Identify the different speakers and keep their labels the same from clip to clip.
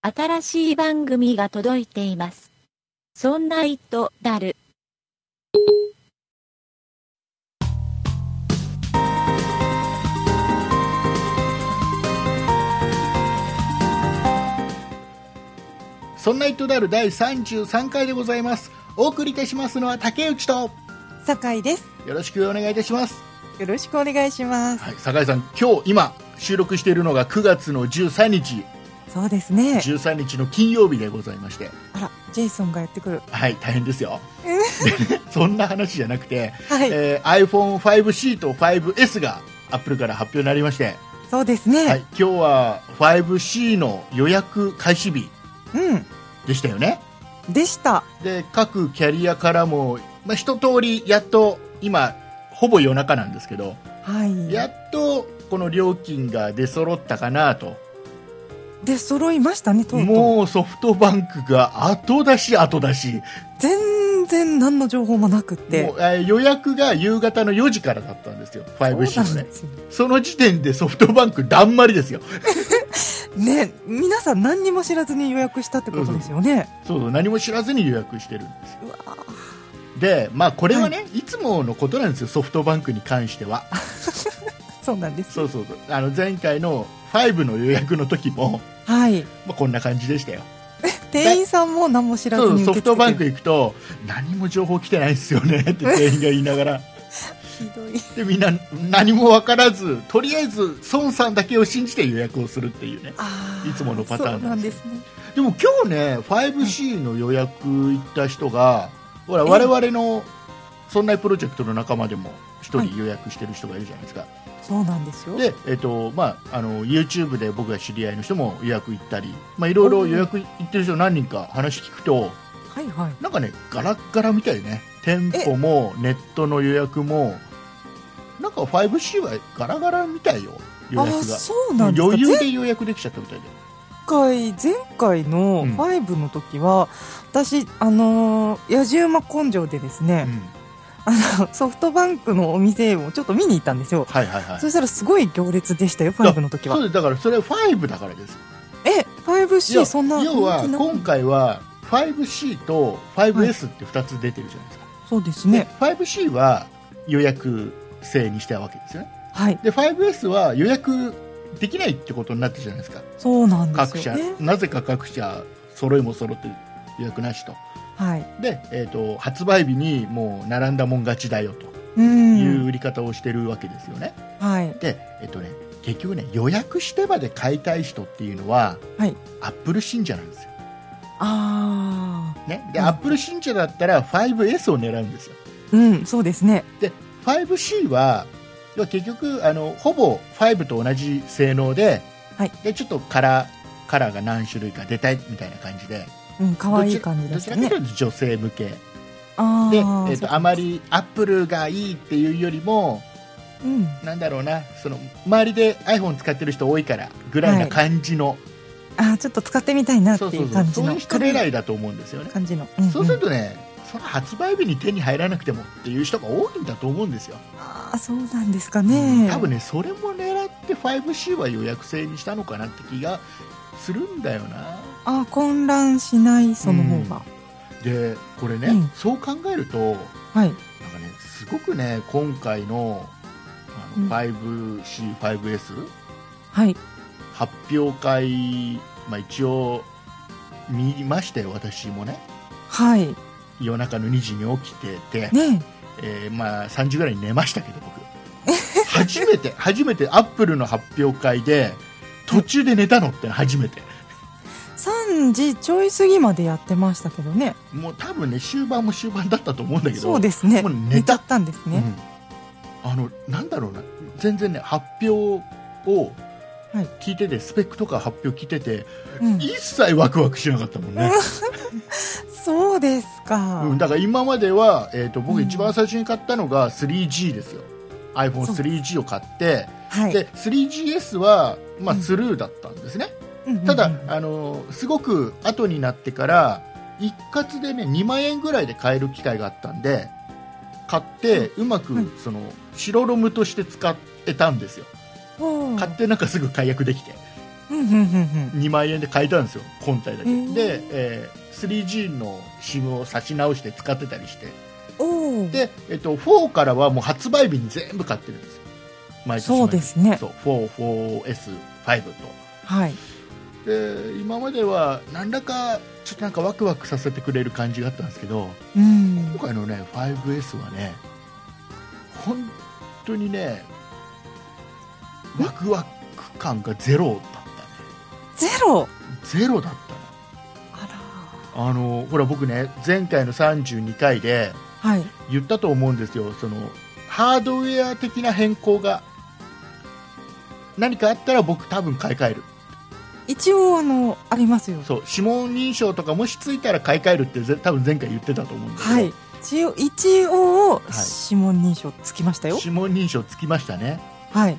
Speaker 1: 新しい番組が届いています。そんな糸だる。
Speaker 2: そんな糸である第33回でございます。お送りいたしますのは竹内と、
Speaker 3: 酒井です。
Speaker 2: よろしくお願いいたします。
Speaker 3: よろしくお願いします。
Speaker 2: はい、酒井さん、今日今収録しているのが9月の13日、
Speaker 3: そうですね。
Speaker 2: 13日の金曜日でございまして、
Speaker 3: あら、ジェイソンがやってくる。
Speaker 2: はい、大変ですよ。 そんな話じゃなくて、
Speaker 3: はい、
Speaker 2: えー iPhone5C と 5S が Apple から発表になりまして、
Speaker 3: そうですね。
Speaker 2: はい、今日は 5C の予約開始日
Speaker 3: う
Speaker 2: でしたよね。
Speaker 3: ん、でした。
Speaker 2: で各キャリアからも、まあ、一通りやっと今ほぼ夜中なんですけど、
Speaker 3: はい。
Speaker 2: やっとこの料金が出揃ったかなと
Speaker 3: で、揃いましたね、とうとう。
Speaker 2: もうソフトバンクが後出し後出し
Speaker 3: 全然何の情報もなくて
Speaker 2: も。うえー予約が夕方の4時からだったんですよ
Speaker 3: そうな
Speaker 2: 5C
Speaker 3: ん
Speaker 2: のね
Speaker 3: ですよ
Speaker 2: その時点でソフトバンクだんまりですよ
Speaker 3: ね、皆さん何にも知らずに予約したってことですよね。
Speaker 2: そうそう何も知らずに予約してるんですよ
Speaker 3: うわー
Speaker 2: でまあこれはね、い、つものことなんですよソフトバンクに関しては
Speaker 3: そうなんです。
Speaker 2: そうそうそうあの前回の5の予約の時も、
Speaker 3: はい。
Speaker 2: まあ、こんな感じでしたよ
Speaker 3: 店員さんも何も知らず
Speaker 2: そう
Speaker 3: に
Speaker 2: ソ
Speaker 3: 受け付けてる。
Speaker 2: フトバンク行くと何も情報来てないですよ ねって店員が言いながら
Speaker 3: ひどい。
Speaker 2: でみんな何も分からずとりあえず孫さんだけを信じて予約をするっていうね
Speaker 3: あ
Speaker 2: いつものパターン
Speaker 3: そう
Speaker 2: な
Speaker 3: なんん
Speaker 2: で
Speaker 3: ですね。
Speaker 2: でも今日ね 5C の予約行った人がほら我々のそんなプロジェクトの仲間でも一人予約してる人がいるじゃないですか、
Speaker 3: そうなんですよ。
Speaker 2: で、えっとまあ、あの YouTube で僕が知り合いの人も予約行ったり、まあ、いろいろ予約行ってる人何人か話聞くと
Speaker 3: はいはい。
Speaker 2: なんかね、ガラッガラみたいね。店舗もネットの予約も、なんか 5C はガラガラみたいよ、予
Speaker 3: ああ
Speaker 2: 約
Speaker 3: ー、
Speaker 2: が。
Speaker 3: そうなんですか。
Speaker 2: 余裕で予約できちゃったみたいで。
Speaker 3: 回前回の
Speaker 2: うん
Speaker 3: 5の時は、私あのー野じ馬根性でです
Speaker 2: う
Speaker 3: ね、
Speaker 2: ん
Speaker 3: あの ソフトバンクのお店をちょっと見に行ったんですよ、
Speaker 2: はいはいはい。
Speaker 3: そしたらすごい行列でしたよ5の時
Speaker 2: そ
Speaker 3: は
Speaker 2: うです。だからそれ5だからです。
Speaker 3: え
Speaker 2: いや
Speaker 3: 5C そんな
Speaker 2: 要は
Speaker 3: 人気な
Speaker 2: 今回は 5C と 5S って2つ出てるじゃないですか。
Speaker 3: そうですね
Speaker 2: で 5C は予約制にしたわけですよね。
Speaker 3: はい
Speaker 2: で、5S は予約できないってことになってるじゃないですか。
Speaker 3: そうなんで
Speaker 2: 各
Speaker 3: す
Speaker 2: 社、
Speaker 3: よね
Speaker 2: なぜか各社揃いも揃って予約なしと
Speaker 3: はい
Speaker 2: で、えー、と発売日にもう並んだもん勝ちだよとい
Speaker 3: う
Speaker 2: うん売り方をしてるわけですよね、
Speaker 3: はい
Speaker 2: で、えっとね結局ね予約してまで買いたい人っていうのは、
Speaker 3: はい
Speaker 2: アップル信者なんですよ、
Speaker 3: ああ
Speaker 2: ね、で、
Speaker 3: うん
Speaker 2: アップル信者だったら 5S を狙うんですよ
Speaker 3: うんそうですね
Speaker 2: で 5C は要は結局あのほぼ5と同じ性能で,、
Speaker 3: はい
Speaker 2: でちょっとカラーカラーが何種類か出たいみたいな感じで
Speaker 3: うん可愛い感じで
Speaker 2: どち
Speaker 3: し
Speaker 2: ら
Speaker 3: た
Speaker 2: どち
Speaker 3: ね
Speaker 2: らかというと女性向けで、
Speaker 3: あ
Speaker 2: え
Speaker 3: あ
Speaker 2: ー、とあまりアップルがいいっていうよりも
Speaker 3: うん
Speaker 2: なんだろうなその周りで iPhone 使ってる人多いからぐらいな感じの、
Speaker 3: ああちょっと使ってみたいなって
Speaker 2: そう
Speaker 3: い
Speaker 2: そう
Speaker 3: う
Speaker 2: そう
Speaker 3: 感じ
Speaker 2: そうい
Speaker 3: の
Speaker 2: う人狙いだと思うんですよね、
Speaker 3: 感じの、うん
Speaker 2: そうするとねその発売日に手に入らなくてもっていう人が多いんだと思うんですよ、
Speaker 3: ああそうなんですかね、
Speaker 2: 多分ねそれも狙って 5C は予約制にしたのかなって気がするんだよな
Speaker 3: ああ混乱しないその方が、
Speaker 2: でこれね、
Speaker 3: うん
Speaker 2: そう考えると
Speaker 3: はい
Speaker 2: なんかね、すごくね、今回のあの 5C、5S
Speaker 3: はい
Speaker 2: 発表会、まあ、一応見ましたよ、私もね。
Speaker 3: はい
Speaker 2: 夜中の2時に起きてて、
Speaker 3: ね
Speaker 2: えーまあ、3時ぐらいに寝ましたけど、僕。初めて、 初めてアップルの発表会で、途中で寝たのって初めて。
Speaker 3: 3時ちょい過ぎまでやってましたけどね
Speaker 2: もう多分ね、終盤も終盤だったと思うんだけど。
Speaker 3: そうですね
Speaker 2: もう
Speaker 3: 寝
Speaker 2: 寝
Speaker 3: ちゃ
Speaker 2: た
Speaker 3: ったんですね、
Speaker 2: うん、あのなんだろうな全然ね発表を
Speaker 3: はい
Speaker 2: 聞いてて、スペックとか発表聞いてて、
Speaker 3: うん
Speaker 2: 一切ワクワクしなかったもんね、
Speaker 3: そうですか、
Speaker 2: うん、だから今までは、えー、と僕
Speaker 3: うん
Speaker 2: 一番最初に買ったのが 3G ですよ iPhone3G を買って
Speaker 3: はい、
Speaker 2: で 3GS は、まあ、
Speaker 3: うん
Speaker 2: スルーだったんですね、
Speaker 3: うんうんうん
Speaker 2: ただ、あのすごく後になってから一括でね2万円ぐらいで買える機会があったんで買ってうまく、
Speaker 3: はい
Speaker 2: その白ロムとして使ってたんですよ
Speaker 3: おー
Speaker 2: 買ってなんかすぐ解約できて
Speaker 3: うんうんうん
Speaker 2: 2万円で買えたんですよ本体だけ、
Speaker 3: へー
Speaker 2: で、えー 3G の SIM を差し直して使ってたりして
Speaker 3: うん。おお。
Speaker 2: で、えっと4からはもう発売日に全部買ってるんですよ毎年毎年
Speaker 3: そうですね
Speaker 2: そう 44S5 と
Speaker 3: はい。
Speaker 2: で今までは何らかちょっとなんかワクワクさせてくれる感じがあったんですけど
Speaker 3: うん。
Speaker 2: 今回のね 5S はね本当にねワクワク感がゼロだっ
Speaker 3: ゼ
Speaker 2: た
Speaker 3: ロ。
Speaker 2: ねゼロだったね
Speaker 3: あ
Speaker 2: あのほら僕ね前回の32回で
Speaker 3: ら。はい。
Speaker 2: 言ったと思うんですよそのハードウェア的な変更が何かあったら僕多分買い替える
Speaker 3: 一応あのありますよ。
Speaker 2: そう指紋認証とかもしついたら買い替えるってぜ多分前回言ってたと思うんですけど、
Speaker 3: はい。一応一応指紋認証つきましたよ。
Speaker 2: 指紋認証つきましたね
Speaker 3: はい。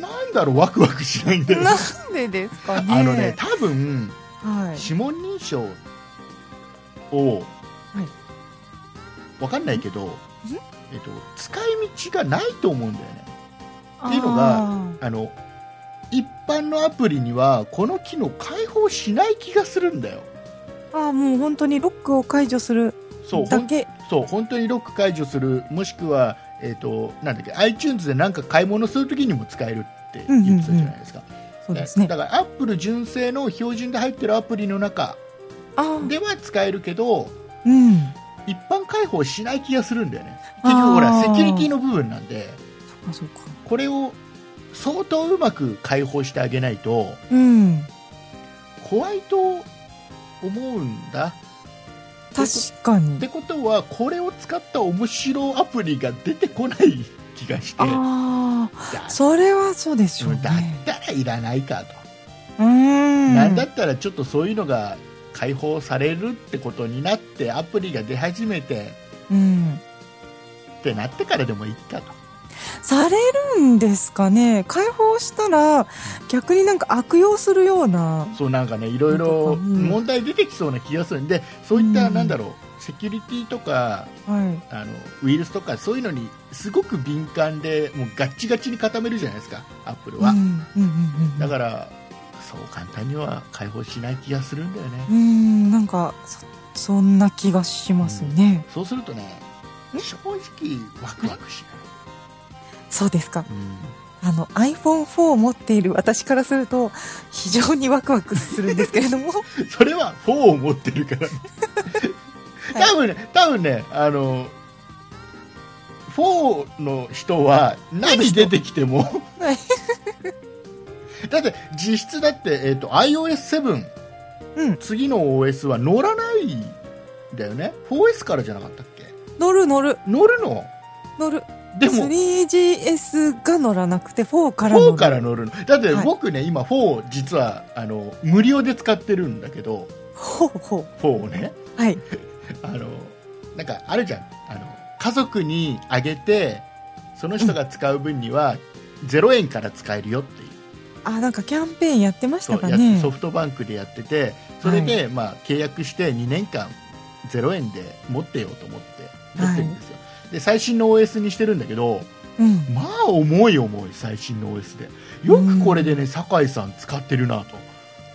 Speaker 2: なんだろうワクワクしないんだよね
Speaker 3: なんでですかね。
Speaker 2: あのね、多分
Speaker 3: はい。
Speaker 2: 指紋認証を、わかんないけど、えっと、使い道がないと思うんだよねっていうのが
Speaker 3: あ
Speaker 2: あの一般のアプリにはこの機能開放しない気がするんだよ
Speaker 3: ーあーもう本当にロックを解除する
Speaker 2: そうほ
Speaker 3: だ
Speaker 2: ん
Speaker 3: け。
Speaker 2: そう本当にロック解除するもしくは、えっとなんだっけ iTunes で何か買い物するときにも使えるって言ってたじゃないですか、
Speaker 3: そうですね
Speaker 2: だ。からアップル純正の標準で入ってるアプリの中
Speaker 3: あー
Speaker 2: では使えるけど
Speaker 3: うん。
Speaker 2: 一般開放しない気がするんだよね結局ほ
Speaker 3: あ
Speaker 2: ら
Speaker 3: ー
Speaker 2: セキュリティの部分なんで
Speaker 3: そっかそっか。
Speaker 2: これを相当うまく開放してあげないと
Speaker 3: うん。
Speaker 2: 怖いと思うんだ
Speaker 3: 確か
Speaker 2: っ
Speaker 3: に
Speaker 2: て。ことはこれを使った面白アプリが出てこない気がしてだ
Speaker 3: ああ、それはそうでしょうね。
Speaker 2: だったらいらないかと、
Speaker 3: うーん。
Speaker 2: なんだったらちょっとそういうのが開放されるってことになってアプリが出始めて
Speaker 3: うん。
Speaker 2: ってなってからでもいいかと
Speaker 3: されるんですかね解放したら逆になんか悪用するような
Speaker 2: そうなんかねいろい
Speaker 3: な
Speaker 2: ろ
Speaker 3: んとかうん
Speaker 2: 問題出てきそうな気がするんで、そういった
Speaker 3: うん
Speaker 2: なんだろうセキュリティとか
Speaker 3: はい
Speaker 2: あのウイルスとかそういうのにすごく敏感でもうガッチガチに固めるじゃないですかアップルは、
Speaker 3: うんうんうんうん
Speaker 2: だからそう簡単には解放しない気がするんだよね、
Speaker 3: うんなんかそそんな気がしますね、
Speaker 2: そうするとね
Speaker 3: え
Speaker 2: 正直ワクワクし
Speaker 3: そうですか
Speaker 2: ない、
Speaker 3: あの iPhone4 を持っている私からすると非常にワクワクするんですけれど も
Speaker 2: それは4を持ってるから、ね、
Speaker 3: はい
Speaker 2: 多分ね多分ねあの4の人は何出てきても
Speaker 3: はい
Speaker 2: だって実質だって、えー、と iOS7、
Speaker 3: うん
Speaker 2: 次の OS は乗らないんだよね 4S からじゃなかったっけ
Speaker 3: 乗る乗る
Speaker 2: 乗るの
Speaker 3: 乗る
Speaker 2: でも
Speaker 3: 3GS が乗らなくて4から乗る
Speaker 2: 4から乗るのだって
Speaker 3: はい
Speaker 2: 僕ね、今4実はあの無料で使ってるんだけど
Speaker 3: ほうほ
Speaker 2: 4をね
Speaker 3: うはい
Speaker 2: あのなんかあるじゃんあの家族にあげてその人が使う分には0円から使えるよっていう
Speaker 3: あなんかキャンペーンやってまし
Speaker 2: そ
Speaker 3: た
Speaker 2: う
Speaker 3: か
Speaker 2: や
Speaker 3: ね
Speaker 2: ソフトバンクでやっててそれで、まあ、契約して2年間0円で持ってようと思って持ってるんですよ、で最新の OS にしてるんだけど
Speaker 3: うん
Speaker 2: まあ重い重い最新の OS でよくこれでね酒井さん使ってるなと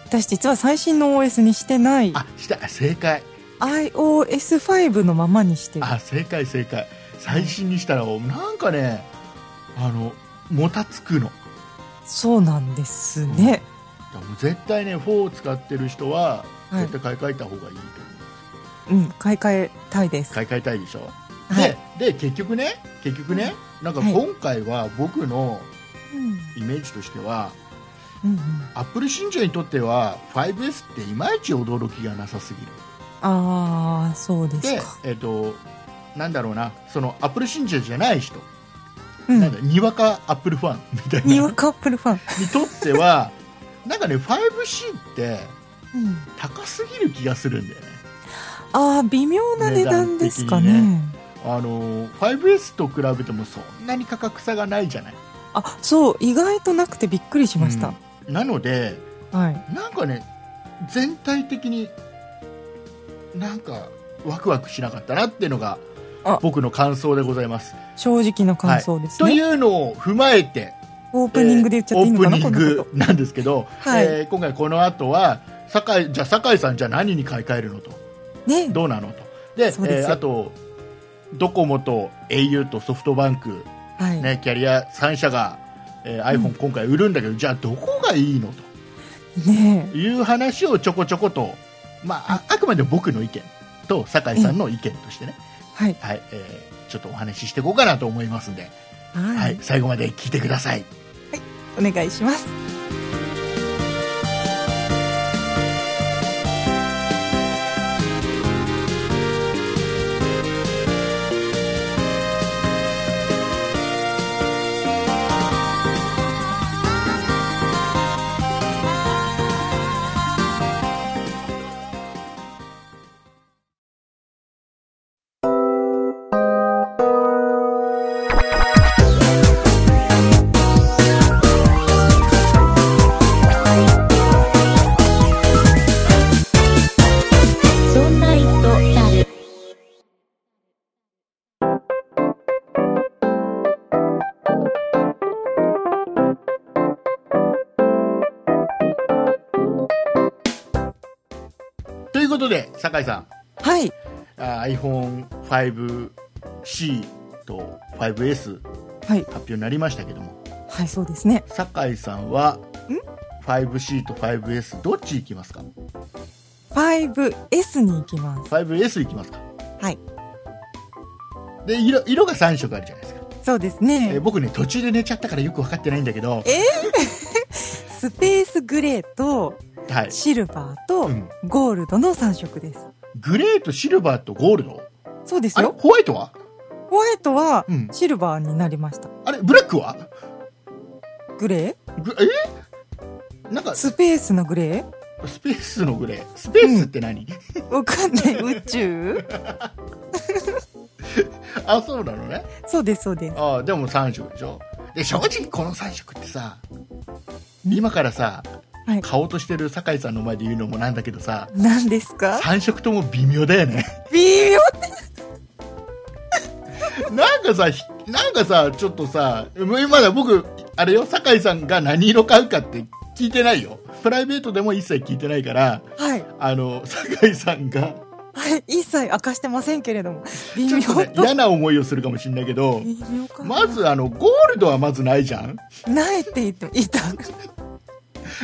Speaker 3: 私実は最新の OS にしてない
Speaker 2: あしたあ正解
Speaker 3: iOS5 のままにしてる
Speaker 2: あ正解正解最新にしたらなんかねあのもたつくの
Speaker 3: そうなんですね、
Speaker 2: だからもう絶対ね4を使ってる人は
Speaker 3: はい
Speaker 2: 絶対買い替えた方がいいと思う、
Speaker 3: うん、買い替えたいです
Speaker 2: 買い替えたいでしょ
Speaker 3: はい、
Speaker 2: でで結局ね結局ね、なんか
Speaker 3: はい
Speaker 2: 今回は僕の
Speaker 3: うん
Speaker 2: イメージとしては、
Speaker 3: うんうん、
Speaker 2: アップル信者にとっては 5S っていまいち驚きがなさすぎる
Speaker 3: ああそうです
Speaker 2: で
Speaker 3: か、
Speaker 2: えっとなんだろうなそのアップル信者じゃない人、
Speaker 3: う
Speaker 2: なん
Speaker 3: ん
Speaker 2: だにわかアップルファンみたいな
Speaker 3: にわかアップルファン、
Speaker 2: にとってはなんかね 5C って
Speaker 3: うん、
Speaker 2: 高すぎる気がするんだよね
Speaker 3: ああ微妙な値段ですかね
Speaker 2: 値段あの 5S と比べてもそんなに価格差がないじゃない
Speaker 3: あそう意外となくてびっくりしました、
Speaker 2: うんなので
Speaker 3: はい
Speaker 2: なんかね全体的になんかワクワクしなかったなっていうのが
Speaker 3: あ
Speaker 2: 僕の感想でございます、
Speaker 3: 正直な感想です
Speaker 2: と
Speaker 3: ね、
Speaker 2: いうのを踏まえて
Speaker 3: おオープニングで言っちゃっていいのかな、
Speaker 2: えーオー
Speaker 3: こ
Speaker 2: プ
Speaker 3: の
Speaker 2: ニン
Speaker 3: こ
Speaker 2: グなんですけど、
Speaker 3: はい
Speaker 2: えー今回この後は酒井じゃあ酒井さんじゃあ何に買い替えるのと
Speaker 3: と。ね。
Speaker 2: どうなのとで
Speaker 3: そう
Speaker 2: え
Speaker 3: ですよ
Speaker 2: ーあとドコモと au とソフトバンク、
Speaker 3: はい。
Speaker 2: ね、キャリア3社が、えー iPhone 今回売るんだけど、じゃあどこがいいの
Speaker 3: ね
Speaker 2: という話をちょこちょこと、まあ、ああくまで僕の意見と酒井さんの意見としてね、
Speaker 3: はい。
Speaker 2: はいえーちょっとお話ししていこうかなと思いますんで、
Speaker 3: は
Speaker 2: はいい、。最後まで聞いてください。
Speaker 3: お願いします。
Speaker 1: そんな糸だる、
Speaker 2: ということで酒井さん
Speaker 3: はい。
Speaker 2: あ iPhone5C と 5S
Speaker 3: はい。
Speaker 2: 発表になりましたけども
Speaker 3: はい、そうですね。
Speaker 2: 酒井さんは 5C と 5S どっち行きますか
Speaker 3: 5S に行きます。
Speaker 2: 5S 行きますか
Speaker 3: はい。
Speaker 2: で色色が3色あるじゃないですか、
Speaker 3: そうです
Speaker 2: えー
Speaker 3: ね。
Speaker 2: 僕ね途中で寝ちゃったからよく分かってないんだけど
Speaker 3: スペースグレーと
Speaker 2: はい
Speaker 3: シルバーと
Speaker 2: うん
Speaker 3: ゴールドの3色です。
Speaker 2: グレーとシルバーとゴールド
Speaker 3: そうです
Speaker 2: あれ
Speaker 3: よ。
Speaker 2: ホワイトは
Speaker 3: ホワイトは
Speaker 2: うん
Speaker 3: シルバーになりました。
Speaker 2: あれブラックは
Speaker 3: グレ
Speaker 2: グえーなんか
Speaker 3: ー
Speaker 2: ス
Speaker 3: スペースのグレ
Speaker 2: ペースのグレースペースって何、
Speaker 3: ーわかんない。宇宙
Speaker 2: あそうなのね
Speaker 3: そうです、そうです。
Speaker 2: ああでも3色でしょで正直この3色ってさ今からさ
Speaker 3: はい。
Speaker 2: 買おうとしてる酒井さんの前で言うのもなんだけどさ
Speaker 3: 何ですか
Speaker 2: 3色とも微妙だよね
Speaker 3: 微妙
Speaker 2: なんかさひなんかさちょっとさもうまだ僕あれよ酒井さんが何色買うかって聞いてないよプライベートでも一切聞いてないから
Speaker 3: はい。
Speaker 2: あの酒井さんが
Speaker 3: はい。一切明かしてませんけれども。微
Speaker 2: ちょ
Speaker 3: 妙
Speaker 2: っとね
Speaker 3: と。
Speaker 2: 嫌な思いをするかもしれないけど
Speaker 3: 微妙かな。
Speaker 2: まずあのゴールドはまずないじゃん
Speaker 3: ないって言ってもいた。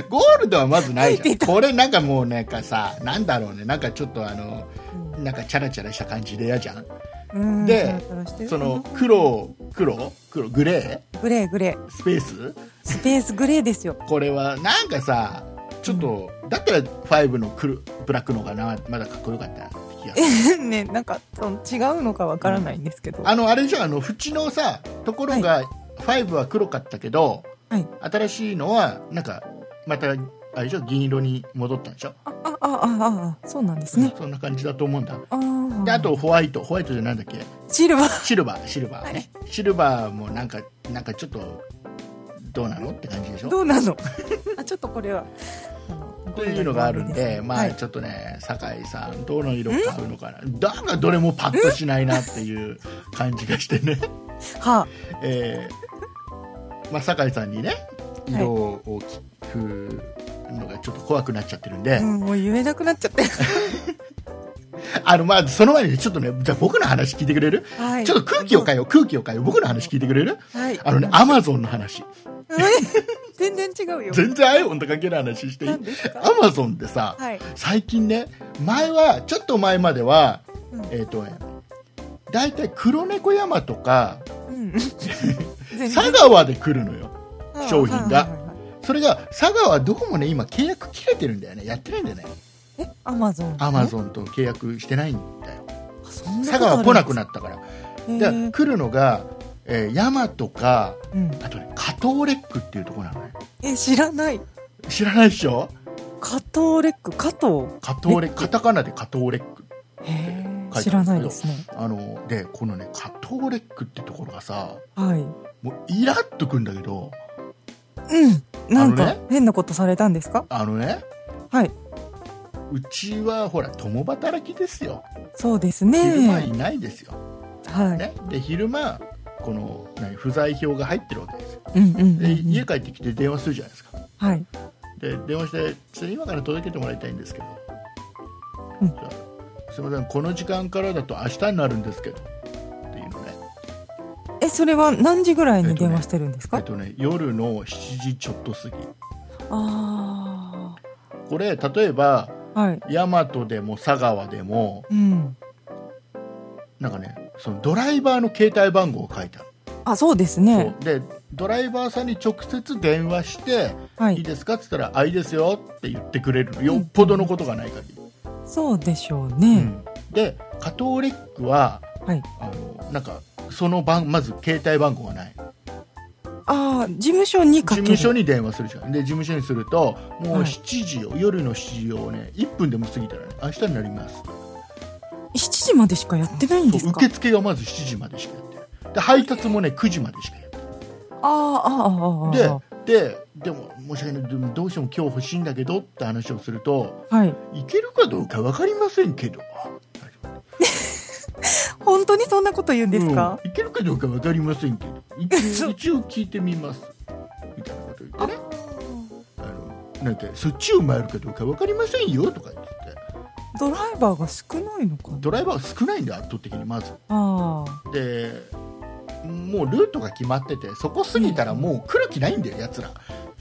Speaker 2: ゴールドはまずないじゃん。これなんかもうなんかさ、なんだろうね、なんかちょっとあの、なんかチャラチャラした感じで嫌じゃん。
Speaker 3: うん
Speaker 2: で
Speaker 3: タラタラしてる
Speaker 2: そ
Speaker 3: かな
Speaker 2: の黒、黒、黒、グレ
Speaker 3: グレーグレー
Speaker 2: ー、スペース
Speaker 3: スペースグレーですよ
Speaker 2: これはなんかさ、ちょっと、だったら5の黒ブラックの方がな、まだかっこよかったなって気がする。
Speaker 3: ねなんかその違うのかわからないんですけど、
Speaker 2: あの、あれじゃんあの、縁のさ、ところが、5は黒かったけど、
Speaker 3: はい
Speaker 2: 新しいのは、なんか、また、あれでしょ、銀色に戻ったんでしょ、
Speaker 3: あああああそうなんですね、
Speaker 2: そんな感じだと思うんだ。
Speaker 3: あー
Speaker 2: で、あとホワイト、ホワイトじゃなんだっけ
Speaker 3: シルバー
Speaker 2: シルバーシルバーね、シルバーもなんかなんかちょっとどうなのって感じでし
Speaker 3: ど
Speaker 2: ょ
Speaker 3: う なのあちょっとこれはあの
Speaker 2: というのがあるんで、ま
Speaker 3: は
Speaker 2: あ
Speaker 3: い
Speaker 2: ちょっとね酒井さんどの色買うのかななんかどれもパッとしないなっていう感じがしてね、
Speaker 3: は
Speaker 2: えーまあ、酒井さんにね色を聞くのがちょっと怖くなっちゃってるんで、
Speaker 3: あうん、もう言えなくなっちゃって、
Speaker 2: あのまあその前にねちょっとねじゃあ僕の話聞いてくれる、
Speaker 3: はい、
Speaker 2: ちょっと空気を変え
Speaker 3: え
Speaker 2: よう空気を変えよう僕の話聞いてくれる
Speaker 3: はい
Speaker 2: あのねアマゾンの話
Speaker 3: うん 全然違うよ
Speaker 2: 全然 iPhone と関係ない話していい
Speaker 3: 何ですか
Speaker 2: アマゾンでさ、
Speaker 3: はい
Speaker 2: 最近ね前はちょっと前までは、
Speaker 3: うん
Speaker 2: えっ、とね大体黒猫山とか
Speaker 3: うん 全
Speaker 2: 佐川で来るのよ商品が
Speaker 3: はいはいはいはい
Speaker 2: それが佐川はどこもね今契約切れてるんだよねやってないんだよね
Speaker 3: えアマゾン
Speaker 2: アマゾンと契約してないんだよ
Speaker 3: そんな
Speaker 2: 佐川来なくなったから
Speaker 3: って、へ
Speaker 2: だから
Speaker 3: ー
Speaker 2: 来るのが、えー、山とか
Speaker 3: うん、
Speaker 2: あとね加藤レックっていうところなのね
Speaker 3: え知らない
Speaker 2: 知らないでしょ
Speaker 3: 加藤レック加藤
Speaker 2: 加藤レックカタカナで加藤レック
Speaker 3: へー
Speaker 2: 書い
Speaker 3: 知
Speaker 2: てある
Speaker 3: ら
Speaker 2: んですけど
Speaker 3: ないですね
Speaker 2: あのでこのね加藤レックってところがさ
Speaker 3: はい
Speaker 2: もうイラっとくんだけど
Speaker 3: うんなん
Speaker 2: あの
Speaker 3: か
Speaker 2: ね
Speaker 3: 変なことされたんですか
Speaker 2: あのね
Speaker 3: はいう
Speaker 2: ちはほら共働きですよ
Speaker 3: そうです
Speaker 2: 昼間
Speaker 3: ね
Speaker 2: いないですよ、
Speaker 3: はい
Speaker 2: ね、で昼間この何不在票が入ってるわけですよ
Speaker 3: うんうんうん
Speaker 2: で
Speaker 3: うん
Speaker 2: 家帰ってきて電話するじゃないですか
Speaker 3: はい
Speaker 2: で電話して「ちょっと今から届けてもらいたいんですけど」
Speaker 3: うん
Speaker 2: じゃあすいませんこの時間からだと明日になるんですけど」っていうのね
Speaker 3: えそれは何時ぐらいに電話してるんです
Speaker 2: え
Speaker 3: か、
Speaker 2: っとね夜の7時ちょっと過ぎ
Speaker 3: あ
Speaker 2: これ例えば
Speaker 3: あはい
Speaker 2: 大和でも佐川でも
Speaker 3: うん
Speaker 2: なんかねそのドライバーの携帯番号を書いてある、
Speaker 3: あそうですね
Speaker 2: そうでドライバーさんに直接電話して「
Speaker 3: は
Speaker 2: いい
Speaker 3: い
Speaker 2: ですか?」っつったら「あいいですよ」って言ってくれるのよっぽどのことがない限り、
Speaker 3: そうでしょう
Speaker 2: う
Speaker 3: ね、
Speaker 2: ん、でカトーリックは
Speaker 3: はい
Speaker 2: あのなんかその番まず携帯番号がない
Speaker 3: ああ事務所に
Speaker 2: 事
Speaker 3: かける
Speaker 2: 務所に電話するじゃんで事務所にするともう
Speaker 3: はい
Speaker 2: 7時を、夜の7時をね1分でも過ぎたら、ね、明日になります
Speaker 3: 7時までしかやってないんです
Speaker 2: そう
Speaker 3: か
Speaker 2: 受付がまず7時までしかやってないで配達もね9時までしかやって
Speaker 3: あーあーあーあー
Speaker 2: ないでででも申し訳ないでもどうしても今日欲しいんだけどって話をすると
Speaker 3: はい
Speaker 2: いけるかどうか分かりませんけど
Speaker 3: 本当にそんなこと言うんですか、
Speaker 2: うんいけるかどうか分かりませんけど一応一応聞いてみますみたいなこと言ってねあのなんかそっちを回るかどうか分かりませんよとか言って
Speaker 3: ドライバーが少ないのかな
Speaker 2: ドライバーが少ないんだ圧倒的にまず
Speaker 3: ああ
Speaker 2: でもうルートが決まっててそこ過ぎたらもう来る気ないんだよやつら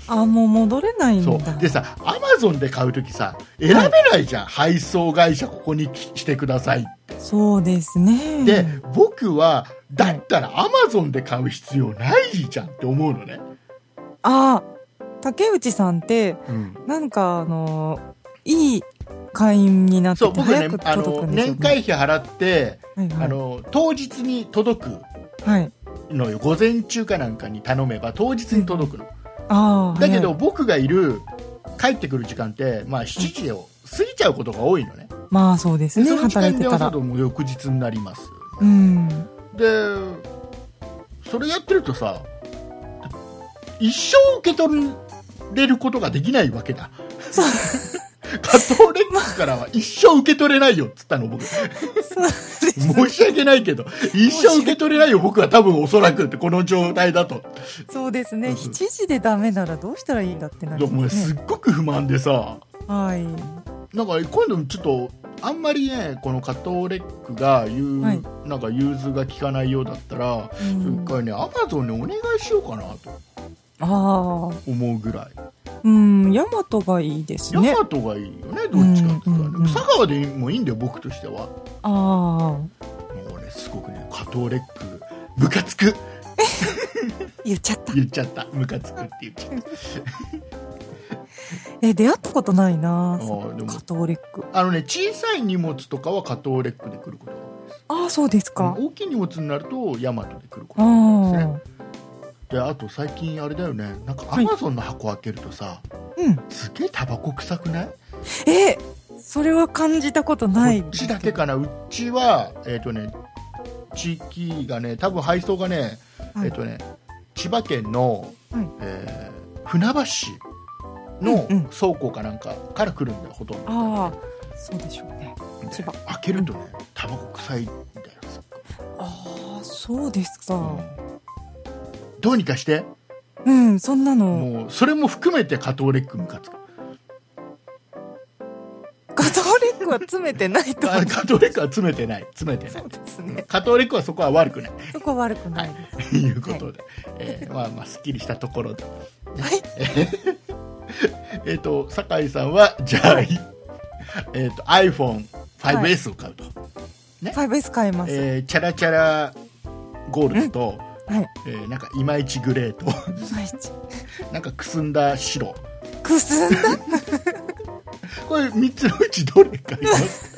Speaker 3: あもう戻れないん
Speaker 2: そ
Speaker 3: だ
Speaker 2: うでさアマゾンで買う時さ選べないじゃん、配送会社ここにきしてくださいって
Speaker 3: そうですね
Speaker 2: で僕はだったらアマゾンで買う必要ないじゃんって思うのね、
Speaker 3: ああ竹内さんって
Speaker 2: うん、
Speaker 3: なんかあのいい会員になって
Speaker 2: そう
Speaker 3: て
Speaker 2: 僕ね
Speaker 3: 早く
Speaker 2: あ
Speaker 3: 届
Speaker 2: の
Speaker 3: くんですよ、
Speaker 2: 年
Speaker 3: ね、
Speaker 2: 会費払って、
Speaker 3: はいはい
Speaker 2: あの当日に届く
Speaker 3: はい
Speaker 2: のよ午前中かなんかに頼めば当日に届くの、
Speaker 3: ああ
Speaker 2: だけど
Speaker 3: はい
Speaker 2: 僕がいる帰ってくる時間って、まあ、7時を過ぎちゃうことが多いのね
Speaker 3: まあそうです
Speaker 2: で
Speaker 3: ね
Speaker 2: その時間
Speaker 3: 働
Speaker 2: に
Speaker 3: いて
Speaker 2: 電
Speaker 3: た
Speaker 2: 話すると
Speaker 3: ら
Speaker 2: もう翌日になります、
Speaker 3: うん
Speaker 2: でそれやってるとさ一生受け取れることができないわけだ 加藤レックからは一生受け取れないよっつったの僕
Speaker 3: そう です
Speaker 2: 申し訳ないけど一生受け取れないよ僕は多分おそらくってこの状態だと
Speaker 3: そうですね
Speaker 2: うん
Speaker 3: 7時でダメならどうしたらいいんだってな
Speaker 2: で
Speaker 3: り
Speaker 2: お前
Speaker 3: ます
Speaker 2: す
Speaker 3: ね
Speaker 2: っごく不満でさ
Speaker 3: はい
Speaker 2: なんか今度ちょっとあんまりねこの加藤レックが言う、
Speaker 3: はい
Speaker 2: なんか融通が利かないようだったら
Speaker 3: うん
Speaker 2: 一回ねアマゾンにお願いしようかなと
Speaker 3: あ
Speaker 2: 思うぐらい
Speaker 3: あうんヤマトがいいですね
Speaker 2: ヤマトがいいよねどっちかって言ったらね、
Speaker 3: うんうんうん
Speaker 2: 佐川でもいいんだよ僕としてはも
Speaker 3: ああ
Speaker 2: うねすごくね加藤レックムカつく
Speaker 3: 言っちゃった
Speaker 2: 言っちゃったムカつくって言っちゃった
Speaker 3: え出会ったことないな
Speaker 2: あーでも
Speaker 3: カトーレック
Speaker 2: あのね小さい荷物とかは加藤レックで来ることが多い
Speaker 3: ああそうですか、
Speaker 2: 大きい荷物になるとヤマトで来ることが多いですね
Speaker 3: あ
Speaker 2: であと最近あれだよねなんかア
Speaker 3: はい
Speaker 2: マゾンの箱開けるとさ、
Speaker 3: あうん
Speaker 2: すげえタバコ臭くない
Speaker 3: えそれは感じたことない
Speaker 2: こっちだけかなうちはえっ、とね地域がね多分配送がね、
Speaker 3: はい
Speaker 2: えっ、とね千葉県の、
Speaker 3: はい
Speaker 2: えー船橋市の
Speaker 3: うんうん
Speaker 2: 倉庫かなんかから来るんだよほとんど、
Speaker 3: ああそうでしょうね
Speaker 2: で
Speaker 3: 千葉
Speaker 2: 開けるとねタバコ臭いんだよすっ
Speaker 3: ああそうです
Speaker 2: ごい
Speaker 3: か
Speaker 2: うんどうにかして
Speaker 3: うん、そんなの
Speaker 2: もうそれも含めて加藤レックムカつく
Speaker 3: ガトーレックは詰め てないと思
Speaker 2: あカトリックは詰めてない詰めて
Speaker 3: う
Speaker 2: な
Speaker 3: そう
Speaker 2: い
Speaker 3: ですね
Speaker 2: カトリックはそこは悪くない
Speaker 3: そこ悪くないは
Speaker 2: ということで、えーまあまあすっきりしたところで
Speaker 3: い
Speaker 2: えっ、と酒井さんはじゃあ、えー、と iPhone5S を買うと、
Speaker 3: 5S 買います、
Speaker 2: えーチャラチャラゴールドと、
Speaker 3: はい
Speaker 2: えーなんかいまいちグレーと
Speaker 3: 毎日
Speaker 2: なんかくすんだ白
Speaker 3: くすんだ
Speaker 2: これ3つのうちどれ買います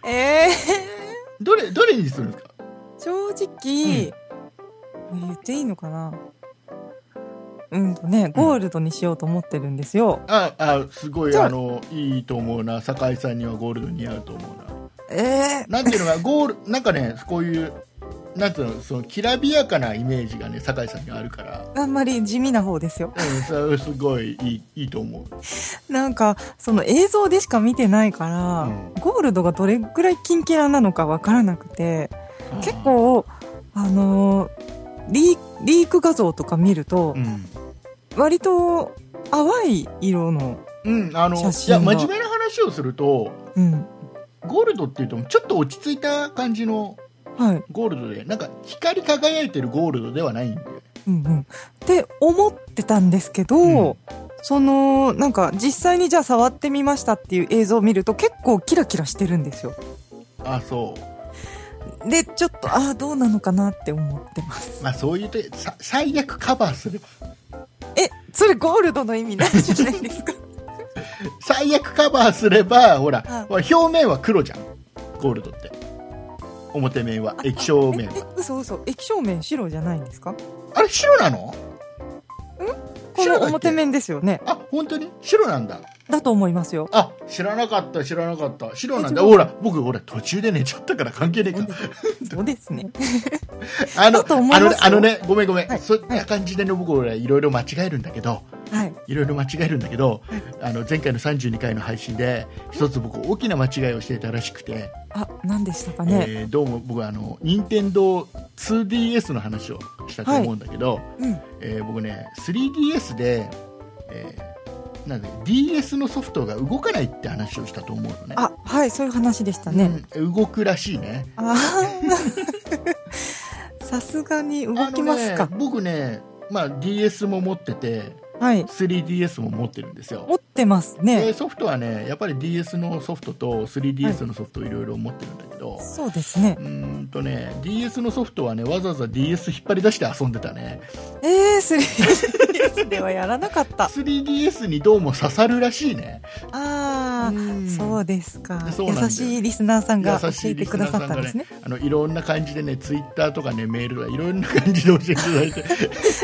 Speaker 3: ええ
Speaker 2: どれどれにするんですか
Speaker 3: 正直、言っていいのかなうんとねゴールドにしようと思ってるんですよ、
Speaker 2: ああすごい
Speaker 3: じゃあ
Speaker 2: あのいいと思うな酒井さんにはゴールド似合うと思うな
Speaker 3: ええ
Speaker 2: なんていうのかゴールなんかねこういうなんていうのそのきらびやかなイメージがね酒井さんにはあるから、
Speaker 3: あんまり地味な方ですよ
Speaker 2: うん、それすごいいいいいと思う
Speaker 3: なんかその映像でしか見てないから、
Speaker 2: うん
Speaker 3: ゴールドがどれぐらいキンキラなのかわからなくて結構あのーリー、リーク画像とか見ると
Speaker 2: う、ん
Speaker 3: 割と淡い色の、
Speaker 2: うん、あのいや
Speaker 3: 写真
Speaker 2: 真
Speaker 3: が
Speaker 2: 面目な話をすると
Speaker 3: うん。
Speaker 2: ゴールドっていうとちょっと落ち着いた感じの
Speaker 3: はい。
Speaker 2: ゴールドでなんか光り輝いてるゴールドではないんで、
Speaker 3: うんうん。って思ってたんですけど、
Speaker 2: うん
Speaker 3: その、なんか実際にじゃあ触ってみましたっていう映像を見ると結構キラキラしてるんですよ。
Speaker 2: あそう
Speaker 3: で、ちょっと、ああ、どうなのかなって思ってます。
Speaker 2: まあそういうてさ最悪カバーすれば
Speaker 3: え、それゴールドの意味ないじゃないですか。
Speaker 2: 最悪カバーすればほら、
Speaker 3: はい
Speaker 2: ほら表面は黒じゃんゴールドって表面は液晶 面
Speaker 3: え
Speaker 2: は、
Speaker 3: え嘘嘘。液晶面白じゃないんですか
Speaker 2: あれ白なの
Speaker 3: こ
Speaker 2: 白だっ
Speaker 3: の
Speaker 2: け
Speaker 3: 表面ですよね。
Speaker 2: あ本当に白なんだ
Speaker 3: だと思います よ。
Speaker 2: あ知らなかった知らなかった白なんだ
Speaker 3: え違う
Speaker 2: ほら僕ほら途中で寝ちゃったから関係ねえか
Speaker 3: そうですね。
Speaker 2: あの
Speaker 3: だと思いますよ
Speaker 2: あのねあのねごめんごめん、
Speaker 3: はい
Speaker 2: そんな感じでね僕ほらいろいろ間違えるんだけど
Speaker 3: はい。
Speaker 2: いろいろ間違えるんだけど、あの前回の32回の配信で一つ僕大きな間違いをしていたらしくて、
Speaker 3: あ、何でしたかね。
Speaker 2: えーどうも僕はあの任天堂 2DS の話をしたと思うんだけど、
Speaker 3: うん。
Speaker 2: えー僕ね 3DS で、えーなんだっけ DS のソフトが動かないって話をしたと思うのね
Speaker 3: あ、はい、そういう話でしたね。
Speaker 2: うん動くらしいね
Speaker 3: ああ。 さすがに動きます
Speaker 2: あ
Speaker 3: か
Speaker 2: の。ね僕ね、まあ、DS も持ってて
Speaker 3: はい。
Speaker 2: 3DS も持ってるんですよ
Speaker 3: 持ってます
Speaker 2: で
Speaker 3: ね。
Speaker 2: ソフトはねやっぱり DS のソフトと 3DS のソフトをいろいろ持ってるんだけど、
Speaker 3: そうですね
Speaker 2: う。ーんとね DS のソフトはねわざわざ DS 引っ張り出して遊んでたね
Speaker 3: えー、3DS ではやらなかった。
Speaker 2: 3DS にどうも刺さるらしいね
Speaker 3: ああ、
Speaker 2: うん
Speaker 3: そうですか。
Speaker 2: そうなんだよ
Speaker 3: 優しいリスナーさんが教
Speaker 2: 優し
Speaker 3: え
Speaker 2: い
Speaker 3: て
Speaker 2: リ
Speaker 3: く
Speaker 2: スナー
Speaker 3: ださ
Speaker 2: さ
Speaker 3: っ
Speaker 2: ん
Speaker 3: た
Speaker 2: が
Speaker 3: ん
Speaker 2: ね
Speaker 3: ですね。
Speaker 2: あのいろんな感じでねツイッターとかねメールとかいろんな感じで教えていただいて、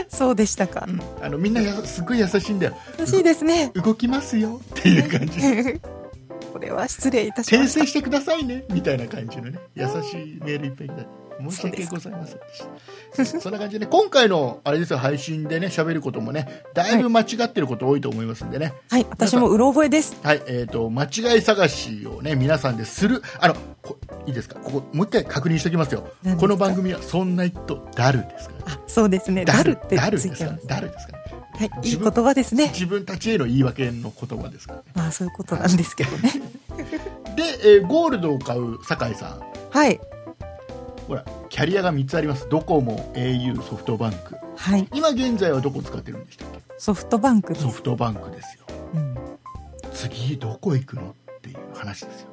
Speaker 3: そうでしたか
Speaker 2: う。んあのみんなやすっごい優しいんだよ
Speaker 3: 優しいですね。
Speaker 2: 動きますよっていう感じで
Speaker 3: これは失礼いたしま
Speaker 2: 訂
Speaker 3: し
Speaker 2: 正してくださいねみたいな感じのね優しいメールいっぱいいただいて申し訳ございませんでしたそんな感じで、ね、今回のあれですよ配信でね喋ることもねだいぶ間違ってること多いと思いますんでね、
Speaker 3: た。はい、私もうろ覚えです。
Speaker 2: はい、えっ、と、間違い探しをね、皆さんでする。あの、こいいですかここ、もう一回確認しておきますよ
Speaker 3: 何です。か
Speaker 2: この番組は、そんな人、だるですから。
Speaker 3: あ、そうですね。ダルって
Speaker 2: だる
Speaker 3: つ
Speaker 2: で
Speaker 3: いて
Speaker 2: すか
Speaker 3: ま
Speaker 2: ら。
Speaker 3: す。
Speaker 2: だるですから。
Speaker 3: はい、い
Speaker 2: 自
Speaker 3: い
Speaker 2: 分
Speaker 3: 言葉ですね。
Speaker 2: 自分たちへの言い訳の言葉ですからね。
Speaker 3: まあそういうことなんですけどね。
Speaker 2: で、えーゴールドを買う酒井さん。
Speaker 3: はい。
Speaker 2: ほら、キャリアが3つあります。ドコモ、au、ソフトバンク。
Speaker 3: はい。
Speaker 2: 今現在はどこ使ってるんでしたっけ
Speaker 3: ソフトバンクです
Speaker 2: ソ。フトバンクですよ。
Speaker 3: うん
Speaker 2: 次、どこ行くのっていう話ですよ。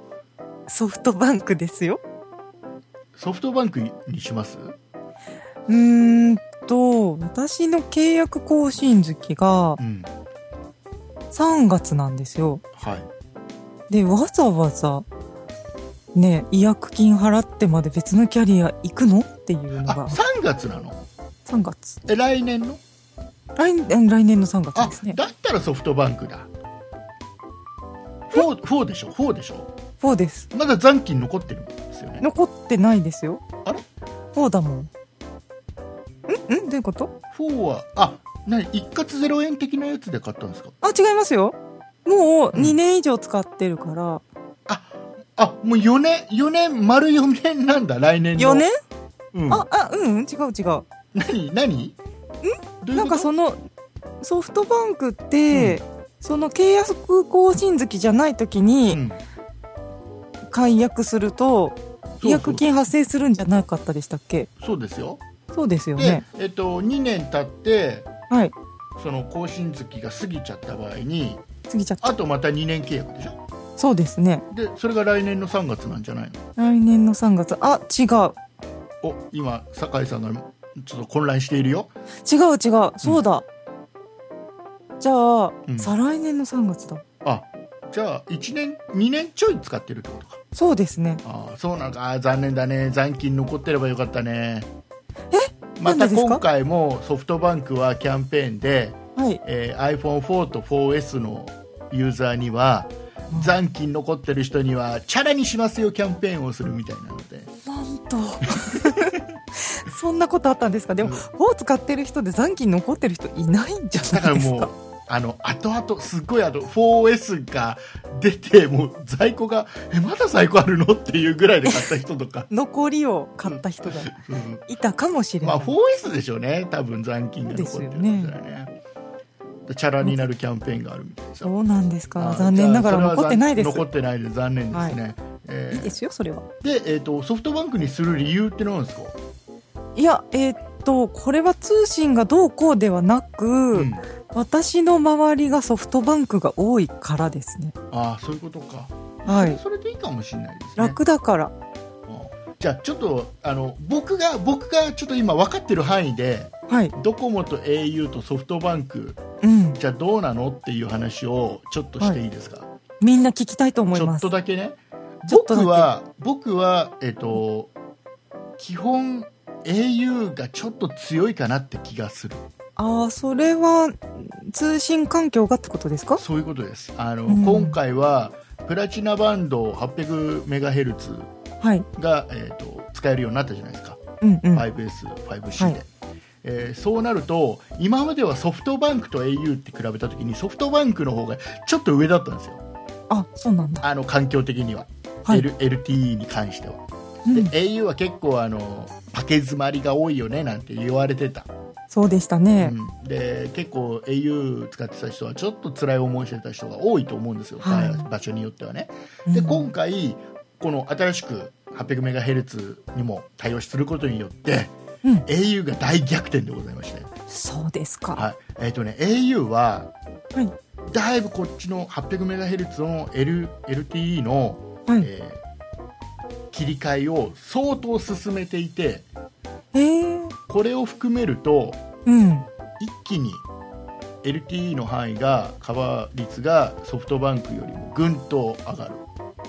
Speaker 3: ソフトバンクですよ。
Speaker 2: ソフトバンクにします
Speaker 3: うーんと、私の契約更新月が
Speaker 2: うん。
Speaker 3: 3月なんですよ。
Speaker 2: はい。
Speaker 3: で、わざわざ、ね、違約金払ってまで別のキャリア行くのっていうの
Speaker 2: あ、
Speaker 3: が
Speaker 2: 3月なの
Speaker 3: 3月。
Speaker 2: え来年の
Speaker 3: 来年来年の3月
Speaker 2: あ
Speaker 3: ですね。
Speaker 2: だったらソフトバンクだ4 4でしょ4でしょ
Speaker 3: 4です。
Speaker 2: まだ残金残ってるんですよね
Speaker 3: 残ってないですよ。
Speaker 2: あれ
Speaker 3: ?4 だもん。んんどういうこと
Speaker 2: 4はあな一括0円的なやつで買ったんですか
Speaker 3: あ、違いますよ。もう
Speaker 2: うん
Speaker 3: 2年以上使ってるから、
Speaker 2: あもう4年4年丸4年なんだ来年の
Speaker 3: 4年
Speaker 2: うん、
Speaker 3: あ、あ、うん、うん違う違う。
Speaker 2: 何何んどういうこと
Speaker 3: なんかそのソフトバンクって、その契約更新月じゃない時に
Speaker 2: ん
Speaker 3: 解約すると、
Speaker 2: そう
Speaker 3: 違約金発生するんじゃなかったでしたっけ
Speaker 2: そうですよ
Speaker 3: そうですよ
Speaker 2: で、
Speaker 3: ね。
Speaker 2: えっと、2年経って
Speaker 3: はい。
Speaker 2: その更新月が過ぎちゃった場合に
Speaker 3: 過ぎちゃった。
Speaker 2: あとまた2年契約でしょ
Speaker 3: そうですね。
Speaker 2: でそれが来年の3月なんじゃないの
Speaker 3: 来年の3月。あ、違う。
Speaker 2: お今酒井さんがちょっと混乱しているよ
Speaker 3: 違う違う。そうだ。じゃあ、
Speaker 2: うん
Speaker 3: 再来年の3月だ。
Speaker 2: あじゃあ1年2年ちょい使ってるってことか
Speaker 3: そうですね。
Speaker 2: あーそうなんかあー残念だね残金残ってればよかったねえま
Speaker 3: な
Speaker 2: た
Speaker 3: んでですか
Speaker 2: 今回もソフトバンクはキャンペーンで、
Speaker 3: はい。
Speaker 2: えー iPhone4 と 4S のユーザーには
Speaker 3: うん
Speaker 2: 残金残ってる人にはチャラにしますよキャンペーンをするみたいなので
Speaker 3: なんと。 そんなことあったんですかでも、
Speaker 2: うん
Speaker 3: 4使ってる人で残金残ってる人いないんじゃ
Speaker 2: だか
Speaker 3: な
Speaker 2: ら
Speaker 3: いです
Speaker 2: も
Speaker 3: か、
Speaker 2: うあの後々すっごいあの 4S が出てもう在庫がえまだ在庫あるのっていうぐらいで買った人とか
Speaker 3: 残りを買った人が
Speaker 2: うん
Speaker 3: いたかもしれ
Speaker 2: ま
Speaker 3: ない。
Speaker 2: あ 4S でしょうね多分残金が残ってるんですよねでチャラになるキャンペーンがあるみたいですよ
Speaker 3: そうなんです
Speaker 2: あ
Speaker 3: か。
Speaker 2: ー
Speaker 3: 残念ながら
Speaker 2: じゃあ
Speaker 3: 残ってないです。
Speaker 2: それは残ってないです残念ですね、え
Speaker 3: いい
Speaker 2: ー
Speaker 3: ですよ、それは。
Speaker 2: で、えー、とソフトバンクにする理由って何ですか、
Speaker 3: いや、えーっと、これは通信がどうこうではなく、
Speaker 2: うん
Speaker 3: 私の周りがソフトバンクが多いからですね。
Speaker 2: ああそういうことか、
Speaker 3: はい。
Speaker 2: それでいいかもしれないですね
Speaker 3: 楽だから。
Speaker 2: うんじゃあちょっとあの僕が僕がちょっと今分かってる範囲で
Speaker 3: はい。
Speaker 2: ドコモと au とソフトバンク
Speaker 3: うん。
Speaker 2: じゃあどうなのっていう話をちょっとしていいですか、
Speaker 3: みんな聞きたいと思
Speaker 2: ち
Speaker 3: い
Speaker 2: ょ
Speaker 3: ま
Speaker 2: っ
Speaker 3: す
Speaker 2: と。だけね
Speaker 3: ちょっとだけ
Speaker 2: 僕は僕はえっ、と基本 au がちょっと強いかなって気がする
Speaker 3: ああ、それは通信環境がってことですか
Speaker 2: そういうことですあの、
Speaker 3: うん
Speaker 2: 今回はプラチナバンド 800MHz
Speaker 3: はい。
Speaker 2: が、えー、と使えるようになったじゃないですか
Speaker 3: うんうん。
Speaker 2: 5S、5C で、
Speaker 3: はい
Speaker 2: えーそうなると今まではソフトバンクと au って比べた時にソフトバンクの方がちょっと上だったんですよ
Speaker 3: あ、そうなんだ。
Speaker 2: あの環境的には、
Speaker 3: はい。
Speaker 2: L LTE に関しては、
Speaker 3: う
Speaker 2: で
Speaker 3: ん、
Speaker 2: au は結構あのパケ詰まりが多いよねなんて言われてた、
Speaker 3: そうでした
Speaker 2: う
Speaker 3: ね。
Speaker 2: ん、で結構 au 使ってた人はちょっと辛い思いしてた人が多いと思うんですよ、
Speaker 3: はい
Speaker 2: 場場所によってはね
Speaker 3: う
Speaker 2: で
Speaker 3: ん
Speaker 2: 今回この新しく 800MHz にも対応することによって、
Speaker 3: うん
Speaker 2: au が大逆転でございまして、
Speaker 3: そうですか。
Speaker 2: はいえっとね、au は、
Speaker 3: はい
Speaker 2: だいぶこっちの 800MHz の、L、LTE の、
Speaker 3: はい。
Speaker 2: えー切り替えを相当進めていて
Speaker 3: えー。
Speaker 2: これを含めると
Speaker 3: うん。
Speaker 2: 一気に LTE の範囲がカバー率がソフトバンクよりもぐんと上がる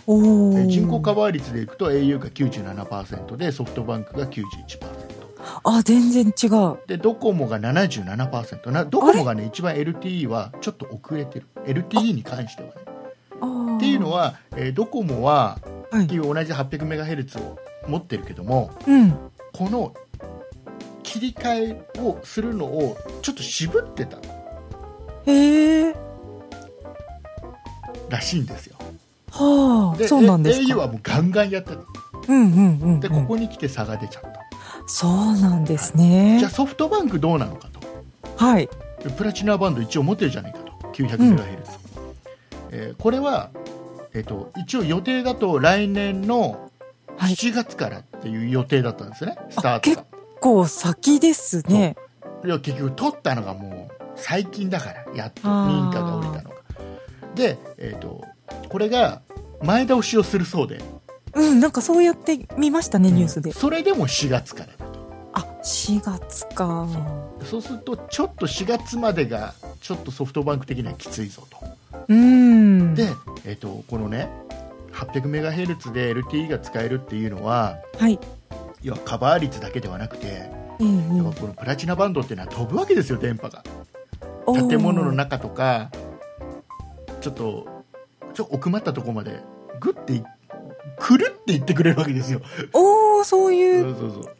Speaker 3: お
Speaker 2: え
Speaker 3: ー
Speaker 2: ー人口カバー率でいくと au が97%でソフトバンクが91%
Speaker 3: あ、全然違う。
Speaker 2: でドコモが77%なドコモがね一番 LTE はちょっと遅れてる LTE に関してはね
Speaker 3: っ
Speaker 2: っていうのは、えードコモは
Speaker 3: は
Speaker 2: って
Speaker 3: い。
Speaker 2: いう同じ 800MHz を持ってるけども
Speaker 3: うん。
Speaker 2: この切り替えをするのをちょっと渋ってた
Speaker 3: へえ。
Speaker 2: らしいんですよ
Speaker 3: はあ。
Speaker 2: で
Speaker 3: そうなんです
Speaker 2: え au
Speaker 3: か。
Speaker 2: はもうガンガンやってた
Speaker 3: うんうんうんうん。
Speaker 2: でここに来て差が出ちゃった、
Speaker 3: そうなんです
Speaker 2: じゃ
Speaker 3: ね
Speaker 2: あ。ソフトバンクどうなのかと
Speaker 3: はい。
Speaker 2: プラチナバンド一応持ってるじゃないかと 900MHz、えーこれは、えっと一応予定だと来年の
Speaker 3: はい
Speaker 2: 7月からっていう予定だったんですね、スタート
Speaker 3: 結構先ですね。
Speaker 2: がいや結局取ったのがもう最近だからやっと
Speaker 3: あー
Speaker 2: 認可が下りたのがで、えっとこれが前倒しをするそうで
Speaker 3: うん、なんかそうやって見ましたね、ニュースで。
Speaker 2: それでも4月からだと
Speaker 3: あ、4月か。
Speaker 2: そうするとちょっと4月までがちょっとソフトバンク的にはきついぞと
Speaker 3: うん。
Speaker 2: で、えっとこのね 800MHz で LTE が使えるっていうのは
Speaker 3: はい。
Speaker 2: 要はカバー率だけではなくて、
Speaker 3: ええ
Speaker 2: 要はこのプラチナバンドっていうのは飛ぶわけですよ電波が
Speaker 3: おー
Speaker 2: 建物の中とかちょっとちょっと奥まったところまでグッていくるって言ってくれるわけですよ、
Speaker 3: おー、そう
Speaker 2: そう
Speaker 3: いう
Speaker 2: そうそう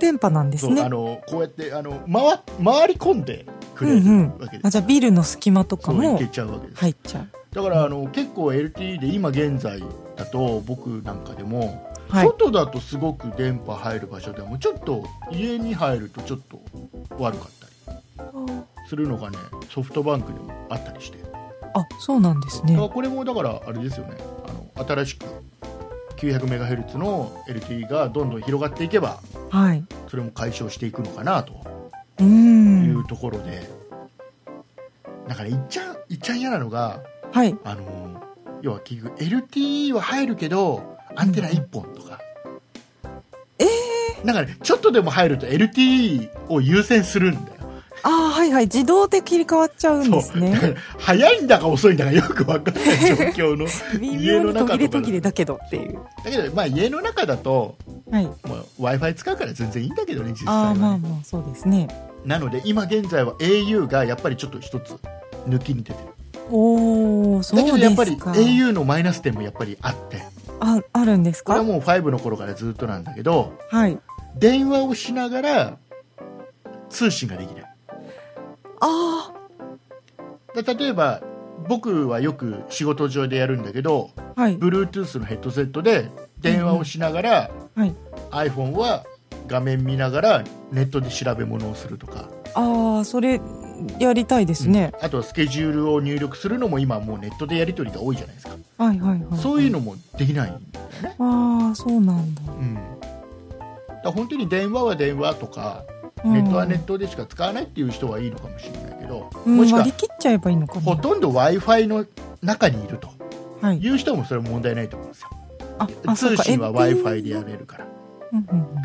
Speaker 3: 電波なんです
Speaker 2: そう、あ
Speaker 3: ね。
Speaker 2: のこうやってあの回回り込んでくれるわけです、
Speaker 3: あじゃあビルの隙間とか
Speaker 2: そうい
Speaker 3: も
Speaker 2: けちゃうわけです、
Speaker 3: 入っちゃう。
Speaker 2: だからあの結構 LTE で今現在だと僕なんかでも
Speaker 3: はい。
Speaker 2: 外だとすごく電波入る場所でもちょっと家に入るとちょっと悪かったりするのがねソフトバンクでもあったりしてだか
Speaker 3: あ、そうなんですね
Speaker 2: ら。これもだからあれですよねあの新しく 900MHz の LTE がどんどん広がっていけば
Speaker 3: はい。
Speaker 2: それも解消していくのかなと
Speaker 3: う
Speaker 2: い
Speaker 3: ん
Speaker 2: う。ところで、なんかねいっちゃいっちゃ嫌なのが
Speaker 3: はい。
Speaker 2: あの要は結局 LTE は入るけどアンテナ1本とか、
Speaker 3: え
Speaker 2: だからちょっとでも入ると LTE を優先するんだよ
Speaker 3: ああ、はいはい。自動で切り替わっちゃうんです
Speaker 2: だか
Speaker 3: ね。
Speaker 2: ら早いんだか遅いんだかよく分かんない状況の
Speaker 3: 微妙に途切
Speaker 2: 家の中とかだ
Speaker 3: れ
Speaker 2: と
Speaker 3: 途切れだけどっていう。
Speaker 2: だけどまあ家の中だと
Speaker 3: はい。
Speaker 2: w i f i 使うから全然いいんだけどね実際
Speaker 3: あ
Speaker 2: は
Speaker 3: あ、
Speaker 2: ね、
Speaker 3: まあまあ、そうですね。
Speaker 2: なので今現在は au がやっぱりちょっと一つ抜きに出てる
Speaker 3: おお、そ
Speaker 2: だけど
Speaker 3: う
Speaker 2: や
Speaker 3: で
Speaker 2: っぱり
Speaker 3: すか。
Speaker 2: au のマイナス点もやっぱりあって
Speaker 3: あ、あるんです
Speaker 2: これは
Speaker 3: か
Speaker 2: もう5の頃からずっとなんだけど
Speaker 3: はい。
Speaker 2: 電話をしながら通信ができない
Speaker 3: ああ、
Speaker 2: で例えば僕はよく仕事上でやるんだけど
Speaker 3: はい。
Speaker 2: Bluetooth のヘッドセットで電話をしながら、
Speaker 3: はい。
Speaker 2: iPhone は画面見ながらネットで調べ物をするとか、
Speaker 3: ああ、それ、やりたいですね。
Speaker 2: あとはスケジュールを入力するのも今はもうネットでやり取りが多いじゃないですか、
Speaker 3: はいはいはい。
Speaker 2: そういうのもできない、
Speaker 3: ああ、そうなんだ。
Speaker 2: うん、だから本当に電話は電話とか
Speaker 3: うん
Speaker 2: ネットはネットでしか使わないっていう人はいいのかもしれないけど、
Speaker 3: うん
Speaker 2: もしくは
Speaker 3: 割り切っちゃえばいいのか
Speaker 2: ほ
Speaker 3: な。
Speaker 2: とんど w i f i の中にいると
Speaker 3: はい。
Speaker 2: いう人もそれは問題ないと思うんですよ
Speaker 3: あ、あ、そう
Speaker 2: 通
Speaker 3: か。
Speaker 2: 信は w i f i でや
Speaker 3: る。
Speaker 2: れるから
Speaker 3: うんうんうん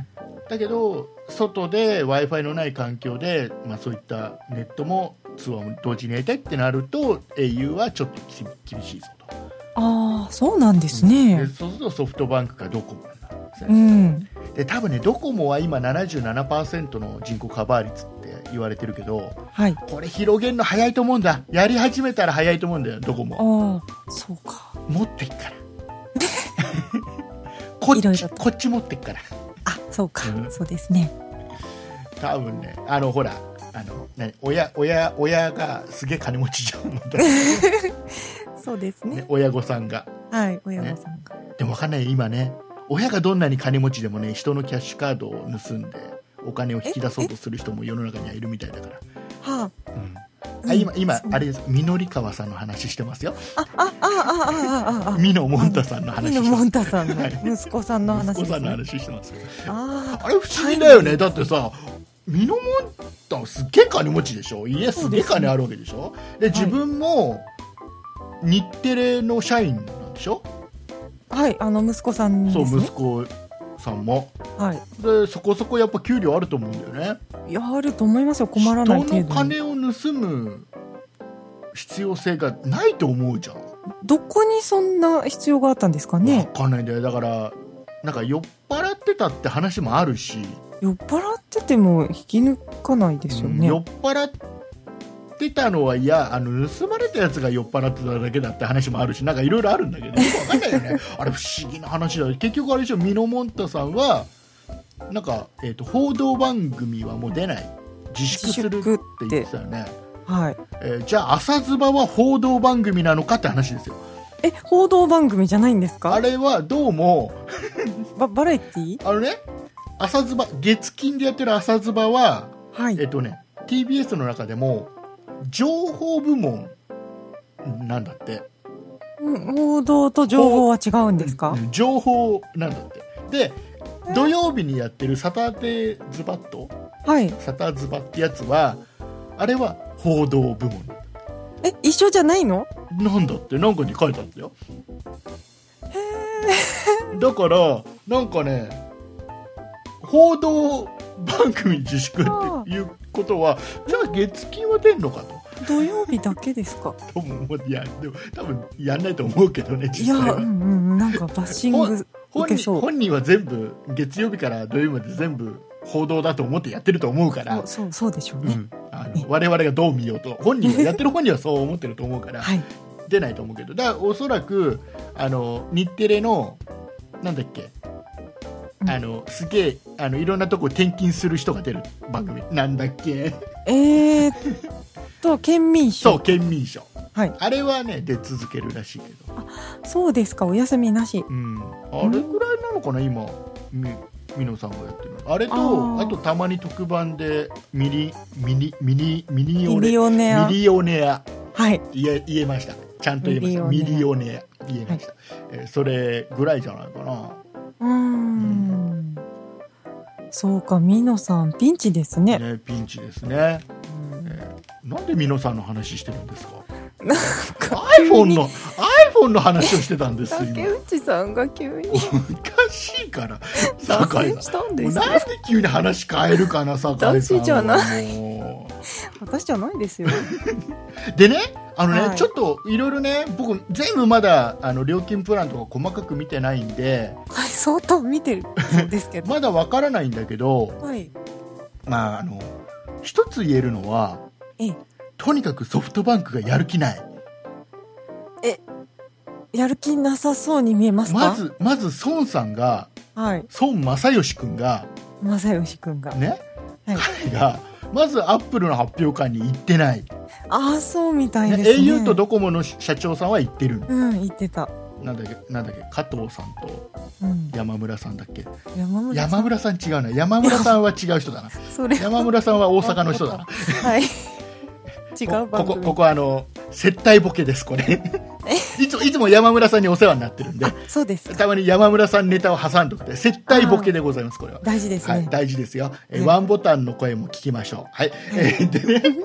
Speaker 2: だけど外で w i f i のない環境で、まあ、そういったネットも通話も同時にやりたいってなると au はちょっとき厳しいぞと、
Speaker 3: ああ、そうなんです
Speaker 2: で
Speaker 3: ね。
Speaker 2: そうするとソフトバンクかドコモになるんです
Speaker 3: う
Speaker 2: ね、
Speaker 3: ん。
Speaker 2: で多分ねドコモは今77%の人口カバー率って言われてるけど
Speaker 3: はい。
Speaker 2: これ広げるの早いと思うんだやり始めたら早いと思うんだよドコモ
Speaker 3: ああ、そうか。
Speaker 2: 持ってっから こっ
Speaker 3: いろい
Speaker 2: ち
Speaker 3: ろと
Speaker 2: こっち持ってっから
Speaker 3: あ、そうか
Speaker 2: う。ん
Speaker 3: そうですね。
Speaker 2: 多分ねあのほらあの何親親親がすげえ金持ちじゃん みたい
Speaker 3: そうです
Speaker 2: なね
Speaker 3: ね。
Speaker 2: 親御さんが
Speaker 3: はい。親御さんが。
Speaker 2: でも分かんない今ね親がどんなに金持ちでもね人のキャッシュカードを盗んでお金を引き出そうとする人も世の中にはいるみたいだから、
Speaker 3: は
Speaker 2: うん
Speaker 3: あ。
Speaker 2: あ今今
Speaker 3: そう
Speaker 2: あれです緑川さんの話してますよ
Speaker 3: あ、あ、あ、あ、あ、あ、あ。
Speaker 2: 美濃もんたさんの話
Speaker 3: ミ
Speaker 2: して
Speaker 3: ノ
Speaker 2: ま
Speaker 3: モ
Speaker 2: す
Speaker 3: ンタさんの
Speaker 2: はい
Speaker 3: 息子さんの話
Speaker 2: 息
Speaker 3: で
Speaker 2: 子さ
Speaker 3: す
Speaker 2: んの
Speaker 3: ね。
Speaker 2: 話してますよ
Speaker 3: あ
Speaker 2: あれ不思議だよねだってさミノモンタすっげえ金持ちでしょ家すげえ金あるわけでしょで
Speaker 3: すね
Speaker 2: 自分も日テレの社員なんでしょ、
Speaker 3: あ、はい、あの息子さんです
Speaker 2: そう
Speaker 3: ね。
Speaker 2: 息子さんも
Speaker 3: はい。
Speaker 2: でそこそこやっぱ給料あると思うんだよね
Speaker 3: いやあると思いますよ困らない程
Speaker 2: 人の
Speaker 3: 度に
Speaker 2: 金を盗む必要性がないと思うじゃん、
Speaker 3: どこにそんな必要があったんですかね
Speaker 2: 分かんないんだよだからなんか酔っ払ってたって話もあるし
Speaker 3: 酔っ払ってても引き抜かないですよね、
Speaker 2: 酔っ払ってたのはいやあの盗まれたやつが酔っ払ってただけだって話もあるしなんかいろいろあるんだけどよくわかんないよね あれ不思議な話だよ結局あれでしょミノモンタさんはなんか、えー、と報道番組はもう出ない自粛するって言ってたよね、
Speaker 3: はい
Speaker 2: えーじゃあ朝ズバは報道番組なのかって話ですよ
Speaker 3: え報道番組じゃないんです
Speaker 2: あ
Speaker 3: か
Speaker 2: れはどうも
Speaker 3: ババラエティ
Speaker 2: あのね朝ズバ月金でやってる朝ズバは
Speaker 3: はい
Speaker 2: えっとね、TBS の中でも情報部門なんだって
Speaker 3: うん報道と情報は違うんですか
Speaker 2: うん情報なんだってで土曜日にやってる「サタデーズバット」
Speaker 3: はい
Speaker 2: 「サタズバ」ってやつはあれは報道部門
Speaker 3: え一緒じゃないの
Speaker 2: なんだってなんかに書いてあったよだからなんかね報道番組自粛っていうことはじゃあ月金は出んのかと
Speaker 3: 土曜日だけですか
Speaker 2: とも思ういやでも多分やんないと思うけどね
Speaker 3: い
Speaker 2: 実
Speaker 3: や
Speaker 2: 際は
Speaker 3: うんうんなんかバッシン
Speaker 2: ほ
Speaker 3: グ受
Speaker 2: 本
Speaker 3: け
Speaker 2: 人
Speaker 3: そう
Speaker 2: 本人は全部月曜日から土曜日まで全部報道だと思ってやってると思うから
Speaker 3: そうそうそうでしょう
Speaker 2: う
Speaker 3: ね、
Speaker 2: んあ
Speaker 3: ね
Speaker 2: の我々がどう見ようと本人はやってる本人はそう思ってると思うから
Speaker 3: はい
Speaker 2: 出ないと思うけどだからおそらくあの日テレのなんだっけ
Speaker 3: うん
Speaker 2: あのすげえあのいろんなとこ転勤する人が出る番組、なんだっけ
Speaker 3: えー、っと県民
Speaker 2: そ
Speaker 3: 賞
Speaker 2: う県民賞
Speaker 3: はい
Speaker 2: あれはね出続けるらしいけど、
Speaker 3: そうですかお休みなし
Speaker 2: うん、あれぐらいなのかな今みみのさんがやってるのあれと
Speaker 3: あ
Speaker 2: あ
Speaker 3: ー
Speaker 2: とたまに特番でミリミニミニミニオ
Speaker 3: ミ
Speaker 2: ネ
Speaker 3: リオネア
Speaker 2: ミリオネア
Speaker 3: はい
Speaker 2: 言え言えましたちゃんと言えましたミ
Speaker 3: ミリ
Speaker 2: リオネア言えました、えーそれぐらいじゃないかな
Speaker 3: うーんそうか、ミノさん、ピンチですね。
Speaker 2: ね、ピンチですね。
Speaker 3: うん
Speaker 2: えーなんでミノさんの話してるんですか。
Speaker 3: なんか、
Speaker 2: iPhone の iPhone の話をしてたんです。
Speaker 3: 竹
Speaker 2: 今
Speaker 3: 内さんが急に
Speaker 2: おかしいから。
Speaker 3: 脱
Speaker 2: 酒井
Speaker 3: 線
Speaker 2: さ
Speaker 3: したん
Speaker 2: ん。
Speaker 3: で
Speaker 2: もう
Speaker 3: す
Speaker 2: なん
Speaker 3: よ。
Speaker 2: で急に話変えるかな、酒井さんは。
Speaker 3: 私じゃな
Speaker 2: も
Speaker 3: 私じゃないですよ。
Speaker 2: うでね。あのね、
Speaker 3: はい
Speaker 2: ちょっといろいろね僕全部まだあの料金プランとか細かく見てないんで
Speaker 3: はい、相当見てるそうですけど。
Speaker 2: まだわからないんだけど
Speaker 3: はい。
Speaker 2: まああの一つ言えるのは
Speaker 3: ええ、
Speaker 2: とにかくソフトバンクがやる気ない
Speaker 3: やる気なさそうに見えますか
Speaker 2: ま。ずまず孫さんが
Speaker 3: はい。
Speaker 2: 孫正義君が
Speaker 3: 正義くんが。
Speaker 2: ね、
Speaker 3: はい
Speaker 2: 彼がまずアップルの発表会に行ってない
Speaker 3: ああ、そうみたい
Speaker 2: ね
Speaker 3: ですね。
Speaker 2: au とドコモの社長さんは言ってる
Speaker 3: うん、言ってた。
Speaker 2: なんだっけなんだっけ加藤さんと
Speaker 3: うん。
Speaker 2: 山村さんだっけ
Speaker 3: 山村さん
Speaker 2: 山村さん違うな山村さんは違う人だ な
Speaker 3: それ
Speaker 2: 山村さんは大阪の人だな
Speaker 3: はい。違う
Speaker 2: こ
Speaker 3: 番組。
Speaker 2: こここあの接待ボケですこれ いつもいつも山村さんにお世話になってるんで
Speaker 3: あ、そうですか。
Speaker 2: たまに山村さんネタを挟んどくて接待ボケでございますこれは、
Speaker 3: 大事です
Speaker 2: はい、
Speaker 3: ね。
Speaker 2: 大事ですよ、えー
Speaker 3: ね
Speaker 2: ワンボタンの声も聞きましょうはい、えーでね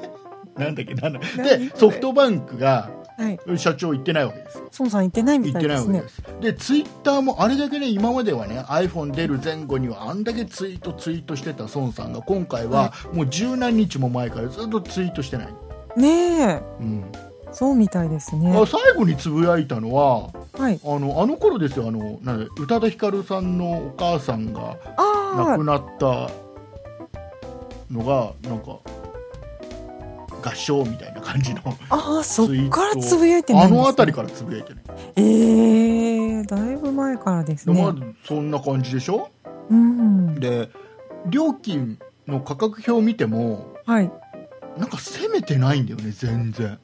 Speaker 2: なんだっけなんだ
Speaker 3: 何
Speaker 2: でソフトバンクが
Speaker 3: はい。
Speaker 2: 社長言ってないわけですよ
Speaker 3: 孫さん言ってないみ
Speaker 2: 言
Speaker 3: た
Speaker 2: っ
Speaker 3: い
Speaker 2: て
Speaker 3: で
Speaker 2: ないわ
Speaker 3: す
Speaker 2: け
Speaker 3: ね
Speaker 2: で。すでツイッターもあれだけね今まではね iPhone 出る前後にはあんだけツイートツイートしてた孫さんが今回はもう十何日も前からずっとツイートしてない、
Speaker 3: ねえ、
Speaker 2: うん、
Speaker 3: そうみたいです
Speaker 2: あ
Speaker 3: ね。
Speaker 2: 最後につぶやいたのは
Speaker 3: はい。
Speaker 2: あのあの頃ですよあのなんだ宇多田ヒカルさんのお母さんが亡
Speaker 3: あ
Speaker 2: くなったのがなんか合唱みたいな感じの
Speaker 3: あ、ああ、そっからつぶやいてな
Speaker 2: あ
Speaker 3: いんです、ね。
Speaker 2: の辺りからつぶやいてね
Speaker 3: ええだいぶ前からです
Speaker 2: でまあ
Speaker 3: ね。
Speaker 2: そんな感じでしょ
Speaker 3: うん。
Speaker 2: で料金の価格表を見ても
Speaker 3: はい。
Speaker 2: なんか攻めてないんだよね全然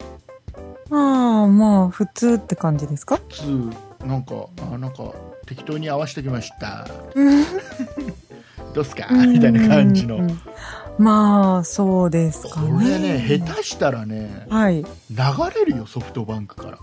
Speaker 3: まあまあ、普通って感じですか
Speaker 2: 普通なんかあなんか適当に合わせてきました
Speaker 3: うん。
Speaker 2: どうっすかみたいな感じの
Speaker 3: うん。まあ、そうです
Speaker 2: こ
Speaker 3: かね。
Speaker 2: れね下手したらね
Speaker 3: はい。
Speaker 2: 流れるよソフトバンクから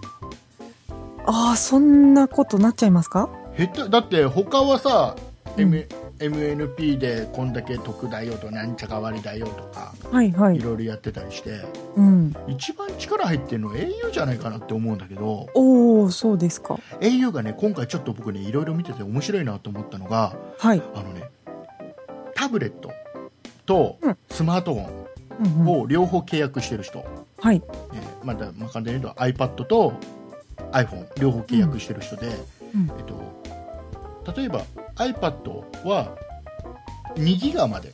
Speaker 3: ああ、そんなことなっちゃいますか
Speaker 2: 下手だって他はさ、
Speaker 3: う
Speaker 2: M MNP でこんだけ得だよとなんちゃか割だよとか
Speaker 3: はいはいい。
Speaker 2: ろいろやってたりして
Speaker 3: うん。
Speaker 2: 一番力入ってるのは au じゃないかなって思うんだけど
Speaker 3: おお、そうですか。
Speaker 2: au がね今回ちょっと僕ねいろいろ見てて面白いなと思ったのが
Speaker 3: はい。
Speaker 2: あのねタブレットと
Speaker 3: うん
Speaker 2: スマートフォ
Speaker 3: うん
Speaker 2: ン
Speaker 3: うん、
Speaker 2: を両方契約してる人、
Speaker 3: はい。
Speaker 2: えーまだ、まあ、簡単に言うと iPad と iPhone 両方契約してる人で、
Speaker 3: うん
Speaker 2: えっと、例えば iPad は2ギガまで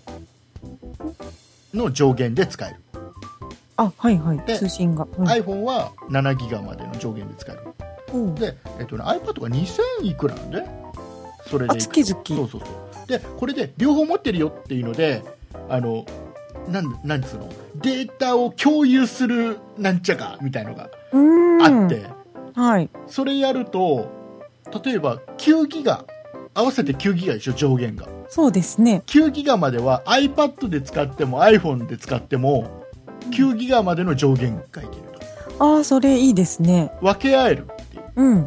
Speaker 2: の上限で使える、
Speaker 3: あ、はいは
Speaker 2: で
Speaker 3: い。通信が。はい。
Speaker 2: iPhone は7ギガまでの上限で使える
Speaker 3: おー
Speaker 2: で、えっとね、iPad が2000いくらなんでそれで
Speaker 3: あ、
Speaker 2: いく
Speaker 3: 月
Speaker 2: そう
Speaker 3: 々。
Speaker 2: そうそうでこれで両方持ってるよっていうのであのなんなんつうのデータを共有するなんちゃかみたいのが
Speaker 3: うーん。
Speaker 2: あって、。
Speaker 3: はい。
Speaker 2: それやると例えば9ギガ合わせて9ギガでしょ上限が
Speaker 3: そうですね。
Speaker 2: 9ギガまでは iPad で使っても iPhone で使っても9ギガまでの上限がいける
Speaker 3: ああ、それいいですね。
Speaker 2: と分け合えるっていう
Speaker 3: うん。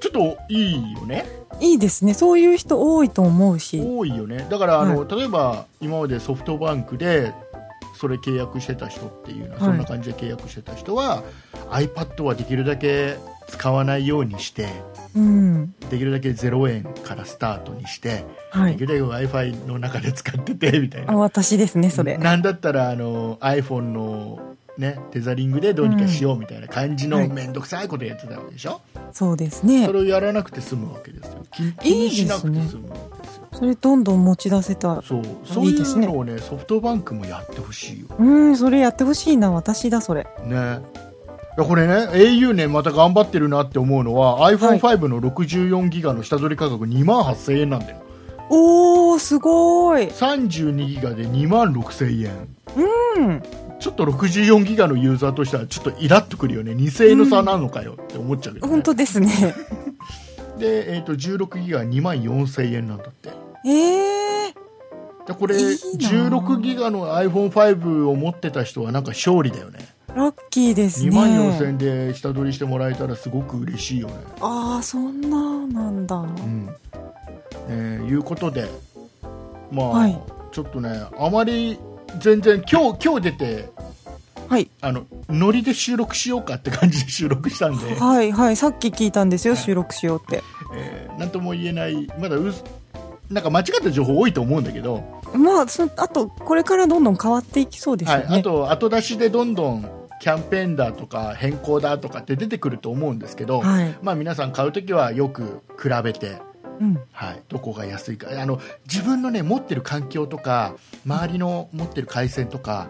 Speaker 2: ちょっといいよね
Speaker 3: いいですね。そういう人多いと思うし。
Speaker 2: 多いよねだからあの、例えば今までソフトバンクでそれ契約してた人っていうのは
Speaker 3: はい
Speaker 2: そんな感じで契約してた人は、iPad はできるだけ使わないようにして
Speaker 3: うん。
Speaker 2: できるだけ0円からスタートにして、
Speaker 3: は
Speaker 2: で
Speaker 3: い
Speaker 2: き。るだけ w i f i の中で使っててみたい
Speaker 3: あ
Speaker 2: な
Speaker 3: 私ですね、それ。
Speaker 2: なんだったらあの iPhone の、ね、テザリングでどうにかしようみたいな感じ
Speaker 3: は
Speaker 2: の
Speaker 3: い
Speaker 2: 面倒くさいことやってたわけでしょ、
Speaker 3: そうですね
Speaker 2: そ。れをやらなくて済むわけですよ気気
Speaker 3: い
Speaker 2: に
Speaker 3: いです
Speaker 2: し
Speaker 3: ね
Speaker 2: なくて済むわけですよ
Speaker 3: それどんどん持ち出せた。
Speaker 2: そうそうい
Speaker 3: いいです
Speaker 2: う
Speaker 3: ね
Speaker 2: のをねソフトバンクもやってほしいよね
Speaker 3: うーん、それやってほしいな、私だ、それ。
Speaker 2: いやこれね au ねまた頑張ってるなって思うのは iPhone5 の64ギガの下取り価格2万8000円なんだよ
Speaker 3: おー、すごーい。
Speaker 2: 32ギガで2万6000円
Speaker 3: うん。
Speaker 2: ちょっと64ギガのユーザーとしてはちょっとイラっとくるよね2000円の差なのかよって思っちゃうけど、ね
Speaker 3: 本当で すね。
Speaker 2: で、えー、と16ギガ2万4000円なんだって
Speaker 3: ええー。
Speaker 2: でこれ
Speaker 3: いいなぁ
Speaker 2: 16ギガの iPhone5 を持ってた人はなんか勝利だよね
Speaker 3: ラッキーですね。
Speaker 2: 2万4000円で下取りしてもらえたらすごく嬉しいよね
Speaker 3: ああ、そんななんだ。
Speaker 2: うんえーいうことでまあ、
Speaker 3: はい
Speaker 2: ちょっとねあまり全然今日今日出て
Speaker 3: はい。
Speaker 2: あのノリで収録しようかって感じで収録したんで、
Speaker 3: はいはい。さっき聞いたんですよ、収録しようって。
Speaker 2: えーなんとも言えないまだうすなんか間違った情報多いと思うんだけど、
Speaker 3: まあ、そのあと、これからどんどん変わっていきそうですよ
Speaker 2: は
Speaker 3: ね。
Speaker 2: い、あと後出しでどんどんキャンペーンだとか変更だとかって出てくると思うんですけど、
Speaker 3: はい
Speaker 2: まあ、皆さん買うときはよく比べて、
Speaker 3: うん。
Speaker 2: はい、どこが安いかあの自分の、ね、持ってる環境とか周りの持ってる回線とか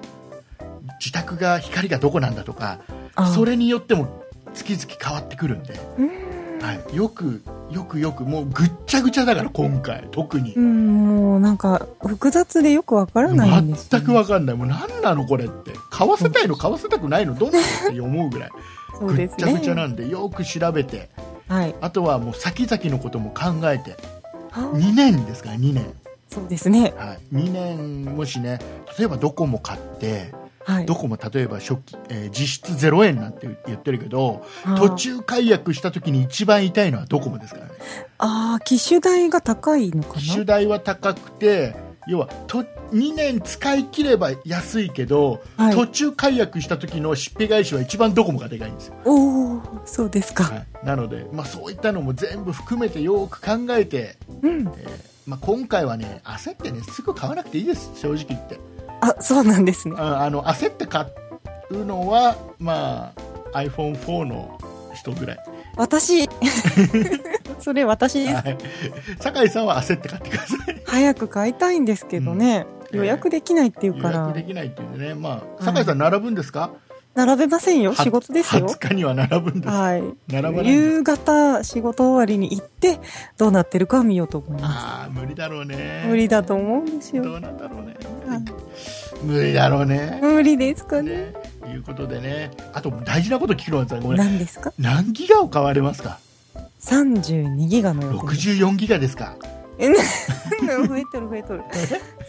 Speaker 2: 自宅が光がどこなんだとか
Speaker 3: あー
Speaker 2: それによっても月々変わってくるんで、
Speaker 3: うん
Speaker 2: はい、よくよくよくもうぐっちゃぐちゃだから今回特に、
Speaker 3: うん、もうなんか複雑でよくわからないんですよ
Speaker 2: 全くわかんないもう何なのこれって買わせたいの買わせたくないのどうなのって思うぐらい、
Speaker 3: そう
Speaker 2: ぐ
Speaker 3: で
Speaker 2: っ
Speaker 3: す
Speaker 2: ちゃぐちゃ
Speaker 3: ね。
Speaker 2: なんでよく調べて
Speaker 3: はい。
Speaker 2: あとはもう先々のことも考えて
Speaker 3: は
Speaker 2: 2年ですから2年、
Speaker 3: そうですね。
Speaker 2: はい、2年もしね例えばドコモ買って
Speaker 3: はい。
Speaker 2: ドコモ例えば初期、えー実質0円なんて言ってるけど途中解約した時に一番痛いのはドコモですからね
Speaker 3: ああ、機種代が高いのかな
Speaker 2: 機種代は高くて要はと2年使い切れば安いけど、
Speaker 3: はい
Speaker 2: 途中解約した時のしっぺ返しは一番ドコモがでかいんですよ、
Speaker 3: おお、そうですか。
Speaker 2: はい、なので、まあ、そういったのも全部含めてよく考えて、
Speaker 3: うん。
Speaker 2: えーまあ、今回はね焦ってねすぐ買わなくていいです正直言って
Speaker 3: あ、そうなんですね。
Speaker 2: ああの焦って買うのは、まあ、iPhone4 の人ぐらい、
Speaker 3: 私、それ私です。
Speaker 2: はい、酒井さんは焦って買ってください
Speaker 3: 早く買いたいんですけどね、
Speaker 2: うん
Speaker 3: 予約できないっていう
Speaker 2: 予
Speaker 3: か
Speaker 2: 約
Speaker 3: ら
Speaker 2: で、きないっていうんでね、まあ、酒井さん並ぶんですか、
Speaker 3: 並べませんよ、仕事ですよ。
Speaker 2: 20日には並ぶんです
Speaker 3: はい。
Speaker 2: 並ばないんです
Speaker 3: 夕方仕事終わりに行って、どうなってるか見ようと思いま
Speaker 2: ああ無理だろうね
Speaker 3: す。無理だと思うんです
Speaker 2: ど
Speaker 3: よ。
Speaker 2: うなんだろうね、
Speaker 3: はい
Speaker 2: 無理だろうね,、
Speaker 3: 無理ですかね。
Speaker 2: ねということでねあと大事なこと聞くのはさごめん
Speaker 3: 何ですか
Speaker 2: 何ギガを買われますか
Speaker 3: 32ギガの予定です
Speaker 2: 64ギガですか
Speaker 3: えなんだ増えとる増えとる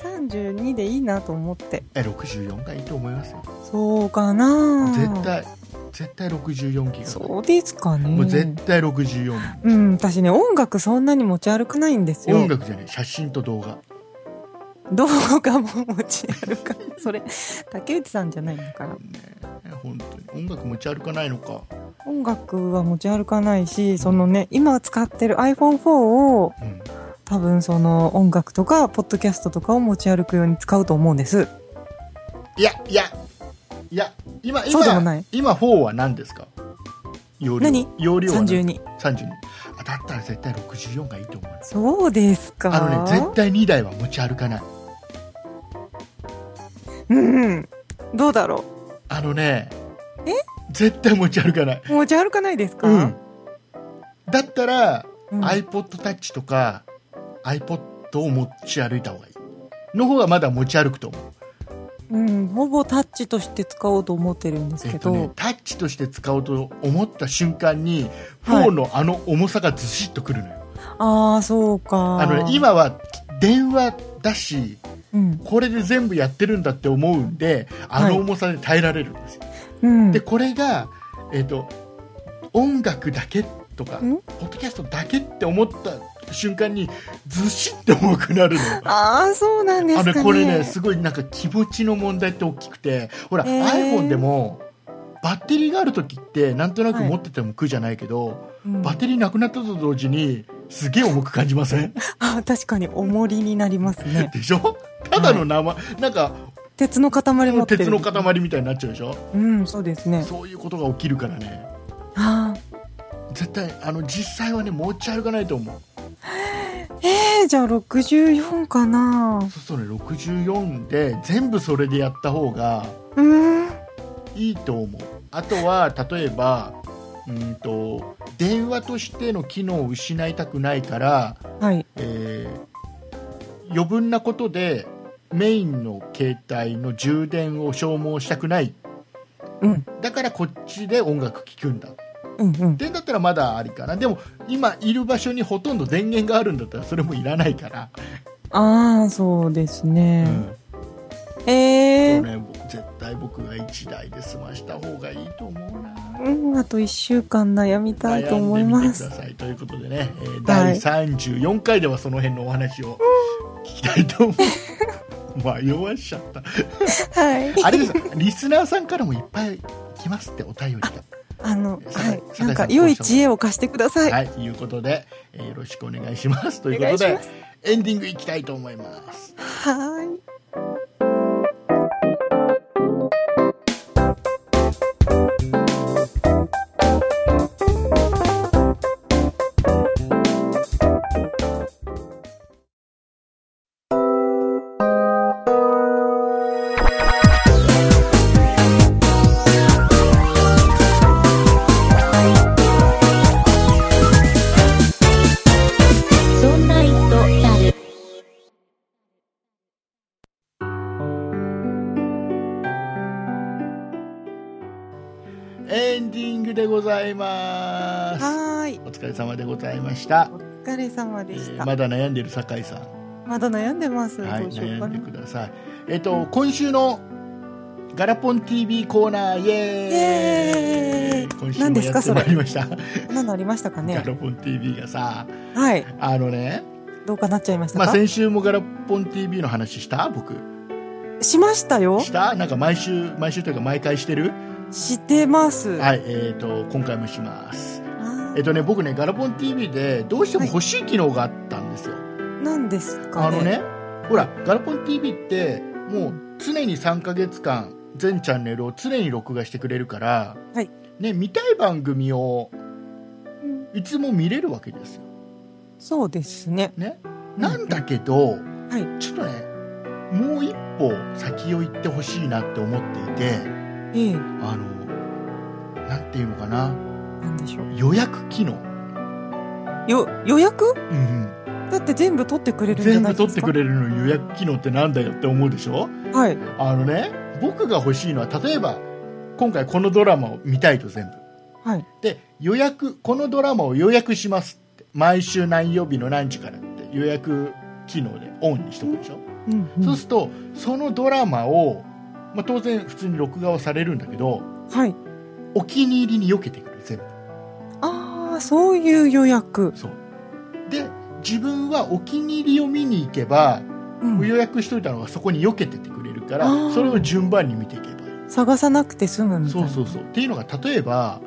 Speaker 3: 32でいいなと思って
Speaker 2: え64がいいと思いますよ
Speaker 3: そうかな
Speaker 2: 絶対絶対64ギガ
Speaker 3: そうですかね
Speaker 2: もう絶対64
Speaker 3: うん私ね音楽そんなに持ち歩かないんですよ
Speaker 2: 音楽じゃない写真と動画
Speaker 3: 動画も持ち歩かない それ竹内さんじゃないのかな
Speaker 2: ね本当に音楽持ち歩かないのか
Speaker 3: 音楽は持ち歩かないしそのね今使ってる iPhone4 を
Speaker 2: うん
Speaker 3: 多分その音楽とかポッドキャストとかを持ち歩くように使うと思うんです
Speaker 2: いやいやいや今
Speaker 3: そうでもな
Speaker 2: 今
Speaker 3: い
Speaker 2: 今4は何ですか容量
Speaker 3: 何
Speaker 2: 容量は何
Speaker 3: 32
Speaker 2: 32あだったら絶対64がいいと思います
Speaker 3: そうですか
Speaker 2: あのね絶対2台は持ち歩かない
Speaker 3: うんどうだろ
Speaker 2: あのね絶対持ち歩かないう
Speaker 3: 持ち歩かないですか、
Speaker 2: うんだったら、
Speaker 3: うん
Speaker 2: iPodTouch とか iPod を持ち歩いた方がいいの方がまだ持ち歩くと思う
Speaker 3: うんほぼタッチとして使おうと思ってるんです
Speaker 2: え
Speaker 3: け
Speaker 2: っと
Speaker 3: ど、
Speaker 2: ねタッチとして使おうと思った瞬間に
Speaker 3: はい
Speaker 2: 4のあの重さがずしっとくるのよ、
Speaker 3: ああそうか
Speaker 2: あのね、今は電話だし
Speaker 3: うん、
Speaker 2: これで全部やってるんだって思うんであの重さで耐えられるんですよ、
Speaker 3: うん、
Speaker 2: でこれが、えっと音楽だけとか
Speaker 3: ん
Speaker 2: ポッドキャストだけって思った瞬間にずしって重くなるのよ
Speaker 3: ああそうなんです
Speaker 2: あ
Speaker 3: かね
Speaker 2: のこれねすごいなんか気持ちの問題って大きくてほら、
Speaker 3: へー
Speaker 2: iPhone でもバッテリーがある時ってなんとなく持ってても苦じゃないけど、
Speaker 3: うん
Speaker 2: バッテリーなくなったと同時にすげえ重く感じません
Speaker 3: あ確かに重りになりますね
Speaker 2: でしょただの生、なんか
Speaker 3: 鉄の塊持ってる
Speaker 2: 鉄の塊みたいになっちゃうでしょ、
Speaker 3: うんそうですね
Speaker 2: そういうことが起きるからね
Speaker 3: あ
Speaker 2: 絶対あの実際はね持ち歩かないと思う
Speaker 3: ーえー、じゃあ64かな
Speaker 2: そうそうね64で全部それでやった方が
Speaker 3: うーん
Speaker 2: いいと思うあとは例えばうんと電話としての機能を失いたくないから、
Speaker 3: はい
Speaker 2: えー余分なことでメインの携帯の充電を消耗したくない
Speaker 3: うん
Speaker 2: だからこっちで音楽聴くんだ
Speaker 3: うんうん
Speaker 2: でだったらまだありかなでも今いる場所にほとんど電源があるんだったらそれもいらないから、
Speaker 3: ああそうです
Speaker 2: う
Speaker 3: ね、
Speaker 2: ん
Speaker 3: ええ
Speaker 2: そうね僕絶対僕が1台で済ました方がいいと思うな
Speaker 3: うん、あと1週間悩みたいと思いま
Speaker 2: 悩んでみて
Speaker 3: す
Speaker 2: くださいということでね、えー第34回ではその辺のお話を聞きたいと思う迷わしちゃった
Speaker 3: はい
Speaker 2: あれですリスナーさんからもいっぱい来ますってお便りが
Speaker 3: あの、
Speaker 2: 酒井
Speaker 3: はい
Speaker 2: 酒井。さん
Speaker 3: なんか、良い知恵を貸してください。
Speaker 2: はいということで、えーよろしくお願いしますという
Speaker 3: お
Speaker 2: こ
Speaker 3: 願
Speaker 2: と
Speaker 3: いし
Speaker 2: で
Speaker 3: ます。
Speaker 2: エンディングいきたいと思います
Speaker 3: はい。
Speaker 2: ざいます。
Speaker 3: はーい。
Speaker 2: お疲れ様でございました
Speaker 3: お。疲れ様でし
Speaker 2: え
Speaker 3: た。
Speaker 2: ー
Speaker 3: ま
Speaker 2: まだ悩んでる酒井さん、
Speaker 3: だ悩んでます。
Speaker 2: はい、
Speaker 3: どうしよう
Speaker 2: 悩
Speaker 3: か
Speaker 2: んで
Speaker 3: な。
Speaker 2: ください。えっ、と今週のガラポン TV コーナーイエーイ
Speaker 3: イエーイ
Speaker 2: 今週
Speaker 3: 何
Speaker 2: も
Speaker 3: です
Speaker 2: や
Speaker 3: か
Speaker 2: って
Speaker 3: そ
Speaker 2: ま
Speaker 3: れ
Speaker 2: いりました。
Speaker 3: こんなのありましたか
Speaker 2: ガ
Speaker 3: ね。
Speaker 2: ラポン TV がさ
Speaker 3: はい。
Speaker 2: あのね、
Speaker 3: どうかなっちゃいました
Speaker 2: まあ、
Speaker 3: か、
Speaker 2: 先週もガラポン TV の話した僕
Speaker 3: しましたよ
Speaker 2: し。たなんか毎週毎週というか毎回してる
Speaker 3: してます。は
Speaker 2: はいえっ、と今回もしますえっ、
Speaker 3: い。
Speaker 2: とね僕ねガラポン TV でどうしても欲しい機能があったんですよ、
Speaker 3: 何です
Speaker 2: あ
Speaker 3: かね。
Speaker 2: のねほらガラポン TV ってもう常に3ヶ月間全チャンネルを常に録画してくれるから、
Speaker 3: はい
Speaker 2: ね、見たい番組を
Speaker 3: うん
Speaker 2: いつも見れるわけですよ
Speaker 3: そうですね。
Speaker 2: ねなんだけど、
Speaker 3: は
Speaker 2: ちょっとねもう一歩先を行ってほしいなって思っていて
Speaker 3: い。ええ
Speaker 2: あのなんていうのかな
Speaker 3: なんでしょう。
Speaker 2: 予約機能、
Speaker 3: よ、予約
Speaker 2: うんうん
Speaker 3: だって全部取ってくれるんじゃ
Speaker 2: 全
Speaker 3: な
Speaker 2: 部
Speaker 3: いで
Speaker 2: 取っ
Speaker 3: す
Speaker 2: て
Speaker 3: か
Speaker 2: くれるのに予約機能ってなんだよって思うでしょ
Speaker 3: れる。はい。
Speaker 2: あのね僕が欲しいのは例えば今回このドラマを見たいと全部
Speaker 3: はい。
Speaker 2: で予約このドラマを予約しますって毎週何曜日の何時からって予約機能でオンにしとくでしょ、
Speaker 3: うん、う
Speaker 2: そ
Speaker 3: ん
Speaker 2: うするとそのドラマを、まあ、当然普通に録画はされるんだけど
Speaker 3: はい。
Speaker 2: お気に入りに避けてくる全部
Speaker 3: ああ、そういう予約。
Speaker 2: そうで自分はお気に入りを見に行けば
Speaker 3: うん、
Speaker 2: 予約しといたのがそこに避けててくれるか
Speaker 3: あ
Speaker 2: ら
Speaker 3: ー
Speaker 2: それを順番に見ていけばいい
Speaker 3: 探さなくて済むみたい
Speaker 2: そう
Speaker 3: な。
Speaker 2: そうそうっていうのが例えば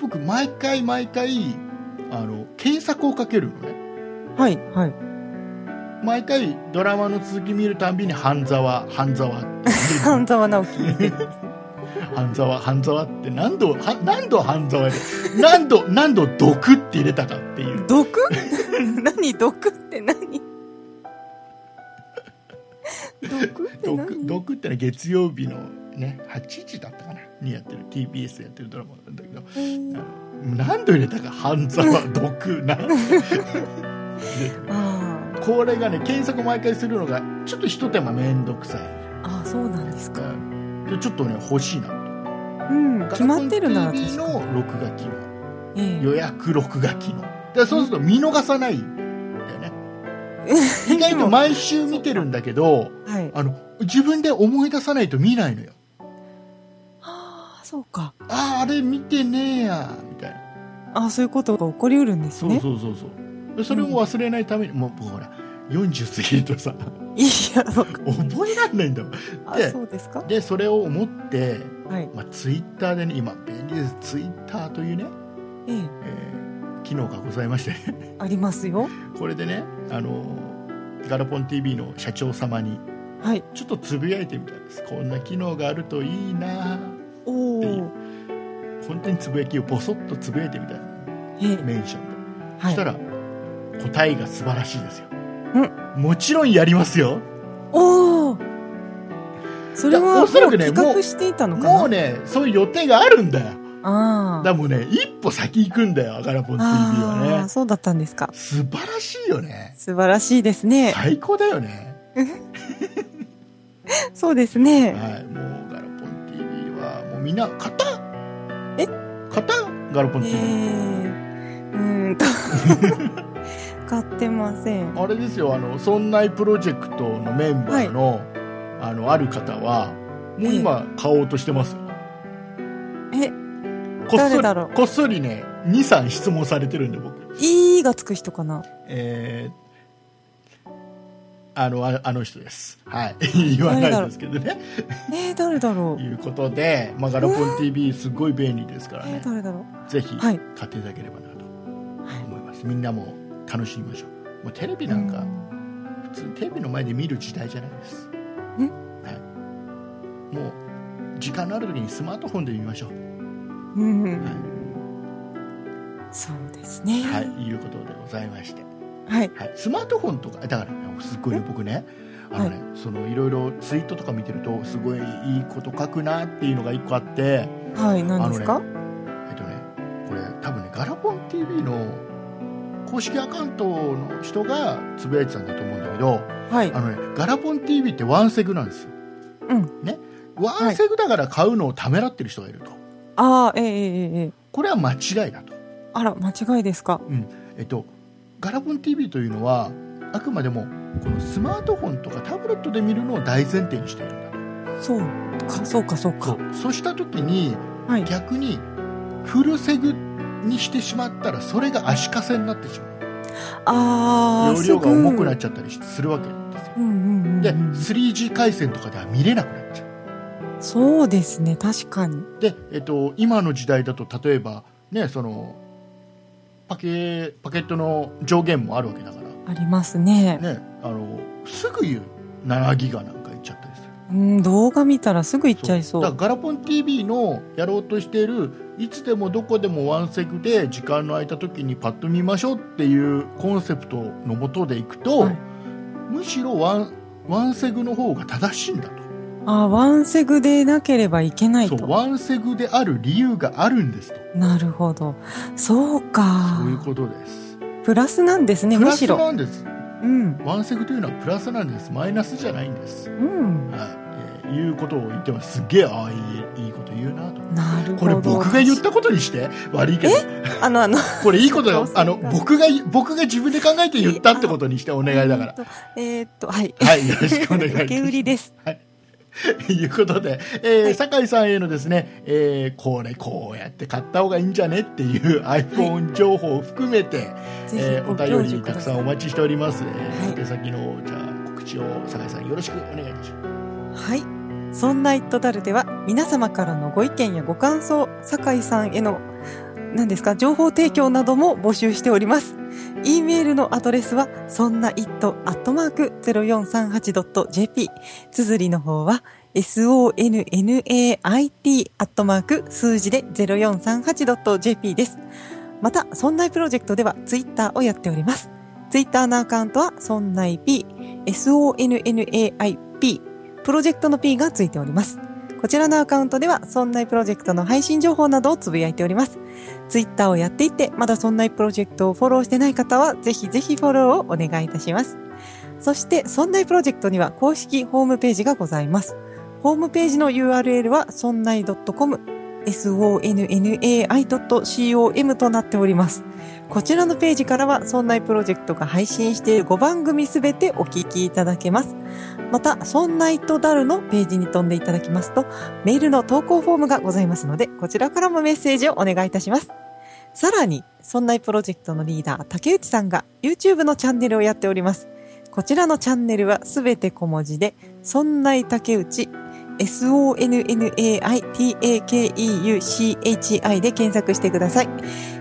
Speaker 2: 僕毎回毎回あの検索をかけるのね
Speaker 3: はい。はい。
Speaker 2: 毎回ドラマの続き見るたんびに「半沢半沢」って言っ
Speaker 3: 半沢直樹。
Speaker 2: てる「半沢半沢」って何度は何度半沢で 何度何度「毒」って入れたかっていう
Speaker 3: 毒 何毒って何 毒って
Speaker 2: 毒
Speaker 3: 何
Speaker 2: 毒ってのは月曜日のね8時だったかなにやってる TBS でやってるドラマなんだけどあの何度入れたか「半沢毒」なん
Speaker 3: あー
Speaker 2: これがね検索毎回するのがちょっとひと手間めんどくさい
Speaker 3: あーそうなんですか
Speaker 2: でちょっとね欲しいな
Speaker 3: うん決まってるなら
Speaker 2: ガラポン
Speaker 3: 確
Speaker 2: TV
Speaker 3: かに、
Speaker 2: の録画機能
Speaker 3: え
Speaker 2: 予約録画機能でそうすると見逃さないんだ よね
Speaker 3: え、
Speaker 2: 意外と毎週見てるんだけど
Speaker 3: はい
Speaker 2: あの自分で思い出さないと見ないのよ
Speaker 3: ああそうか
Speaker 2: あああれ見てねえやみたいな
Speaker 3: ああそういうことが起こりうるんです
Speaker 2: そう
Speaker 3: ね
Speaker 2: そうそうそう、でそれを忘れないために、もう僕ほら40過ぎるとさ
Speaker 3: いやそうか
Speaker 2: 覚えられないんだもん
Speaker 3: あ
Speaker 2: で
Speaker 3: そうですか
Speaker 2: でそれを思って、
Speaker 3: はい
Speaker 2: まあ、ツイッターでね今便利ですツイッターというね、
Speaker 3: ええ
Speaker 2: えー機能がございまして
Speaker 3: ありますよ
Speaker 2: これでねあのガラポン TV の社長様に
Speaker 3: はい
Speaker 2: ちょっとつぶやいてみたんですこんな機能があるといいな
Speaker 3: おお
Speaker 2: っていう本当につぶやきをボソッとつぶやいてみたい
Speaker 3: ええ
Speaker 2: メンションで、そ
Speaker 3: は
Speaker 2: した
Speaker 3: い
Speaker 2: ら答えが素晴らしいですよ、もちろんやりますよ
Speaker 3: おおそれは
Speaker 2: おそらくね
Speaker 3: もう企画していたのかな
Speaker 2: もうねそういう予定があるんだよ
Speaker 3: あ
Speaker 2: だから
Speaker 3: あ
Speaker 2: もうね一歩先行くんだよガラポン TV
Speaker 3: あ
Speaker 2: は
Speaker 3: あ
Speaker 2: ね
Speaker 3: そうだったんですか
Speaker 2: 素晴らしいよね
Speaker 3: 素晴らしいですね
Speaker 2: 最高だよね
Speaker 3: そうですね。
Speaker 2: はい、もうガラポン TV はもうみんな買った
Speaker 3: え
Speaker 2: 買ったガラポ
Speaker 3: え
Speaker 2: ン TV、
Speaker 3: ー、うー んと買ってません。
Speaker 2: あれですよあの「そんないプロジェクト」のメンバーの,、あのある方はもう今買おうとしてますよ
Speaker 3: え、
Speaker 2: こっそ
Speaker 3: 誰
Speaker 2: り
Speaker 3: だろう
Speaker 2: こっそりね23質問されてるんで僕
Speaker 3: E がつく人かな。
Speaker 2: えーあのああの人ですはい 言わないですけどね
Speaker 3: えー、誰だ
Speaker 2: と
Speaker 3: ろう。
Speaker 2: いうことで、まあ、ガラポン TV すごい便利ですから
Speaker 3: え
Speaker 2: ね
Speaker 3: ー、誰だろ
Speaker 2: ぜひ
Speaker 3: は
Speaker 2: 買っ
Speaker 3: い
Speaker 2: ていただければなと思います、みんなも楽しみましょうもうテレビ
Speaker 3: う。
Speaker 2: なんか
Speaker 3: う
Speaker 2: 普通テレビの前で見る時代じゃないです
Speaker 3: ん
Speaker 2: はい、もう時間のある時にスマートフォンで見ましょう
Speaker 3: うん、
Speaker 2: はい、
Speaker 3: そうですね。
Speaker 2: は
Speaker 3: はいい。
Speaker 2: いうことでございまして、
Speaker 3: はい。
Speaker 2: はい、スマートフォンとかだからすっごいね僕ねあのね、そのいろいろツイートとか見てるとすごいいいこと書くなっていうのが一個あって
Speaker 3: 何ですか、
Speaker 2: えっとねこれ多分ねガラポン TV の公式アカウントの人がつぶやいてたんだと思うんだけど
Speaker 3: はい
Speaker 2: あ。のねガラポン TV ってワンセグなんですよ
Speaker 3: うん。
Speaker 2: ワンセグだから買うのをためらってる人がいると、
Speaker 3: ああ、えー、えー、えーえ
Speaker 2: これは間違いだと。
Speaker 3: あら、間違いですか。
Speaker 2: えっと、ガラポン TV というのはあくまでもこのスマートフォンとかタブレットで見るのを大前提にしているんだと
Speaker 3: そうか、そうか、そうか。
Speaker 2: そうした時に
Speaker 3: はい。
Speaker 2: 逆にフルセグにしてしまったらそれが足かせになってしま
Speaker 3: あ
Speaker 2: う
Speaker 3: ー、
Speaker 2: 容量が重くなっ
Speaker 3: ち
Speaker 2: ちゃったりするわけですよ
Speaker 3: ゃう。うんうんうん。
Speaker 2: で 3G 回線とかでは見れなくなっちゃう
Speaker 3: そうですね、確かに。
Speaker 2: で、えっと、今の時代だと例えばねそのパケパケットの上限もあるわけだか
Speaker 3: ありますね。
Speaker 2: らねあのすぐ言う7ギガなんかいっちゃったりする
Speaker 3: うん、動画見たらすぐ行っちゃいそう。
Speaker 2: だからガラポン TV のやろうとしているいつでもどこでもワンセグで時間の空いた時にパッと見ましょうっていうコンセプトのもとでいくと、
Speaker 3: はい
Speaker 2: むしろワンワンセグの方が正しいんだと
Speaker 3: あー、ワンセグでなければいけない
Speaker 2: そう
Speaker 3: と。
Speaker 2: ワンセグである理由があるんですと
Speaker 3: なるほど。そうか。
Speaker 2: そういうことです
Speaker 3: プラスなんですね、
Speaker 2: プ
Speaker 3: む
Speaker 2: ラ
Speaker 3: し
Speaker 2: ス
Speaker 3: ろ。
Speaker 2: なんです
Speaker 3: うん。
Speaker 2: ワンセグというのはプラスなんですマイナスじゃないんです、
Speaker 3: うん。
Speaker 2: はいえーいうことを言ってますすっげえああいいいいこと言うなと
Speaker 3: なるほ
Speaker 2: これ
Speaker 3: ど。
Speaker 2: 僕が言ったことにして悪いけど
Speaker 3: あの、あの、
Speaker 2: これいいことよ
Speaker 3: そう。そう
Speaker 2: あの、僕が、僕が自分で考えて言ったってことにしてお願いだから。
Speaker 3: えーっと、はい。
Speaker 2: はい、よろしくお願いいた
Speaker 3: 受け売
Speaker 2: し
Speaker 3: りです。
Speaker 2: ます。ということで、えー酒井さんへのですね、えーこれこうやって買った方がいいんじゃねっていう iPhone 情報を含めて、
Speaker 3: ぜひ
Speaker 2: えー
Speaker 3: ご
Speaker 2: お
Speaker 3: 教
Speaker 2: 便
Speaker 3: 授
Speaker 2: り
Speaker 3: く
Speaker 2: た
Speaker 3: だ
Speaker 2: く
Speaker 3: さ
Speaker 2: さ
Speaker 3: い。
Speaker 2: んお待ちしております。え
Speaker 3: は
Speaker 2: ー
Speaker 3: い
Speaker 2: 宛先の、じゃあ告知を酒井さんよろしくお願いいたします。
Speaker 3: はい。そんなイットダルでは、皆様からのご意見やご感想、酒井さんへの、何ですか、情報提供なども募集しております。e メールのアドレスは、そんな it.0438.jp。綴りの方は、sonnait アットマーク数字で 0438.jp です。また、そんないプロジェクトではツイッターをやっております。ツイッターのアカウントは、そんない p、sonnaip、プロジェクトの P がついております。こちらのアカウントでは、そんないプロジェクトの配信情報などをつぶやいております。ツイッターをやっていて、まだそんないプロジェクトをフォローしてない方は、ぜひぜひフォローをお願いいたします。そして、そんないプロジェクトには公式ホームページがございます。ホームページの URL は、そんない .com、sonnai.com となっております。こちらのページからは、そんないプロジェクトが配信している5番組すべてお聞きいただけます。また、そんな糸ダルのページに飛んでいただきますと、メールの投稿フォームがございますので、こちらからもメッセージをお願いいたします。さらに、そんなプロジェクトのリーダー、竹内さんが YouTube のチャンネルをやっております。こちらのチャンネルはすべて小文字で、そんな竹内、sonnaitakeuchi で検索してください。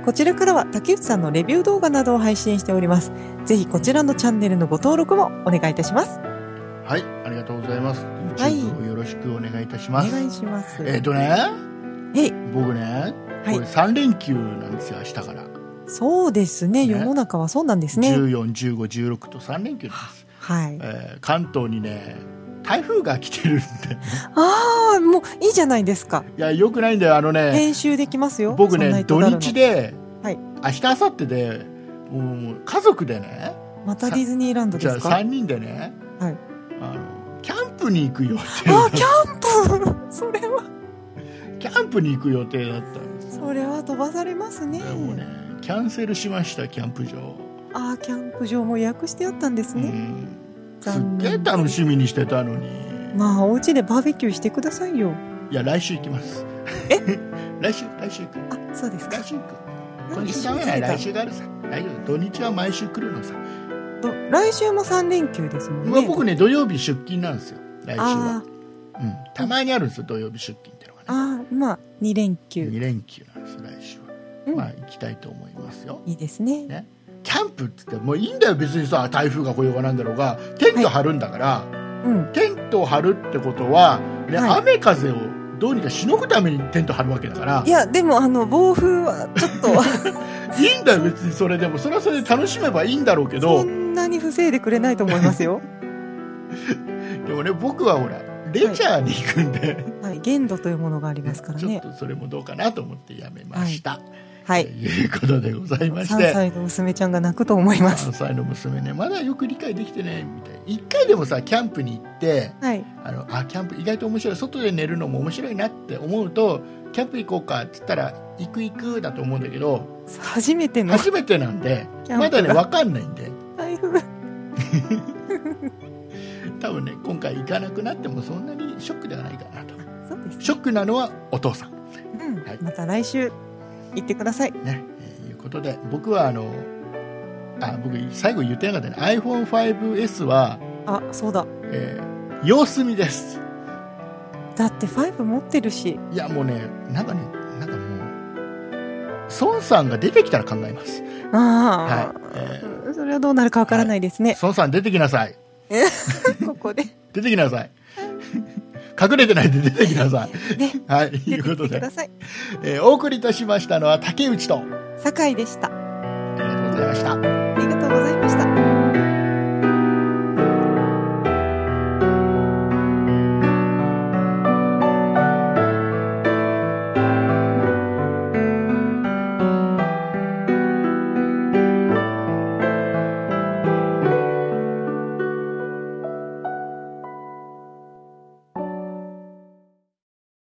Speaker 3: こちらからは竹内さんのレビュー動画などを配信しております。ぜひこちらのチャンネルのご登録もお願いいたします。
Speaker 2: はい、ありがとうございます。
Speaker 3: い
Speaker 2: YouTube をよろしくお願いいたし
Speaker 3: お
Speaker 2: ます。
Speaker 3: 願いします。
Speaker 2: えっ、とね、
Speaker 3: えい
Speaker 2: 僕ね、
Speaker 3: はい
Speaker 2: これ3連休なんですよ、明日から。
Speaker 3: そうですね
Speaker 2: ね
Speaker 3: 世の中はそうなんですね。
Speaker 2: 14、15、16と3連休なんです。
Speaker 3: はい。
Speaker 2: えー関東にね台風が来てるんで
Speaker 3: ああ、もういいじゃないですか。
Speaker 2: いやよくないんだよあのね
Speaker 3: 編集できますよ。
Speaker 2: 僕
Speaker 3: そんな
Speaker 2: ね
Speaker 3: 糸
Speaker 2: 土
Speaker 3: だるの
Speaker 2: 日。で、
Speaker 3: はい
Speaker 2: 明日明後日でもう家族でね
Speaker 3: またディズニーランド
Speaker 2: じ
Speaker 3: で
Speaker 2: ゃあ
Speaker 3: すか。
Speaker 2: 3人でね、
Speaker 3: はい
Speaker 2: あのキャンプに行く予定
Speaker 3: あーキャンプ それは、
Speaker 2: キャンプに行く予定だったんです
Speaker 3: それは飛ばされますね。
Speaker 2: もうねキャンセルしましたキャンプ場、
Speaker 3: ああ、キャンプ場も予約してあったんです
Speaker 2: う
Speaker 3: ね。
Speaker 2: んすっ
Speaker 3: 残
Speaker 2: げえ
Speaker 3: 念
Speaker 2: 楽しみにしてたのに
Speaker 3: まあ、お家でバーベキューしてくださいよ。
Speaker 2: いや来週行きます
Speaker 3: え
Speaker 2: 来週来週行く
Speaker 3: あ、そうですか
Speaker 2: 来。週行く
Speaker 3: なん
Speaker 2: 今
Speaker 3: で
Speaker 2: 週
Speaker 3: 一
Speaker 2: ダ
Speaker 3: 緒に
Speaker 2: メ
Speaker 3: 連
Speaker 2: だよ
Speaker 3: れたの
Speaker 2: 来週があるさ大丈夫土日は毎週来るのさ
Speaker 3: と来週も3連休ですもん
Speaker 2: まあ
Speaker 3: ね。
Speaker 2: 僕ね土曜日出勤なんですよ来週は
Speaker 3: あー、
Speaker 2: うん、たまにあるんですよ土曜日出勤っていうのがね
Speaker 3: あーまあ、2連休。
Speaker 2: 2連休なんですよ来週は、
Speaker 3: うん
Speaker 2: まあ行きたいと思いますよ
Speaker 3: いいですね。
Speaker 2: ねキャンプって言ってもういいんだよ別にさ台風が来ようがなんだろうがテント張るんだから、
Speaker 3: うん。
Speaker 2: テント張るってことは、ね
Speaker 3: はい
Speaker 2: 雨風をどうにかしのぐためにテント張るわけだから
Speaker 3: いや、でも、あの、暴風は、ちょっと。
Speaker 2: いいんだよ別にそれでもそれはそれで楽しめばいいんだろうけ
Speaker 3: そ
Speaker 2: ど
Speaker 3: んなに防いでくれないと思います よ。
Speaker 2: でもね僕はほらレジャーに行くんで、
Speaker 3: はい、限度というものがありますから
Speaker 2: ちょっ
Speaker 3: ね。
Speaker 2: とそれもどうかなと思ってやめました、
Speaker 3: は
Speaker 2: と
Speaker 3: い。
Speaker 2: いうことでございまし
Speaker 3: 3
Speaker 2: て
Speaker 3: 歳の娘ちゃんが泣くと思います。
Speaker 2: 3歳の娘ねまだよく理解できてないみたい一回でもさキャンプに行って
Speaker 3: はい。
Speaker 2: あのあキャンプ意外と面白い外で寝るのも面白いなって思うとキャンプ行こうかって言ったら行く行くだと思うんだけど、
Speaker 3: 初めての
Speaker 2: 初めてなんで、
Speaker 3: キャンプが
Speaker 2: まだね、わかんないんで、
Speaker 3: 台風。
Speaker 2: 多分ね、今回行かなくなってもそんなにショックではないかなと。
Speaker 3: そうです。
Speaker 2: ショックなのはお父さん。
Speaker 3: うん
Speaker 2: はい
Speaker 3: また来週行ってください。
Speaker 2: ね。えーいうことで、僕はあの、あ、僕最後言ってなかったね。iPhone5S は、
Speaker 3: あ、そうだ。
Speaker 2: えー様子見です。
Speaker 3: だって5持ってるし。
Speaker 2: いや、もうね、なんかね、なんかもう、孫さんが出てきたら考えます。
Speaker 3: ああ、
Speaker 2: はいえ
Speaker 3: それはどうなるかわからないで すね。
Speaker 2: 孫さん出てきなさい。
Speaker 3: ここで。
Speaker 2: 出てきなさい。隠れてないで出てきなさい。
Speaker 3: ね。
Speaker 2: はい、とい
Speaker 3: 出
Speaker 2: う
Speaker 3: て
Speaker 2: こ
Speaker 3: き
Speaker 2: と
Speaker 3: てく
Speaker 2: で
Speaker 3: だ、さい。
Speaker 2: えーお送りいたしましたのは竹内と、
Speaker 3: 酒井でした。
Speaker 2: ありがとうございました。
Speaker 3: ありがとうございました。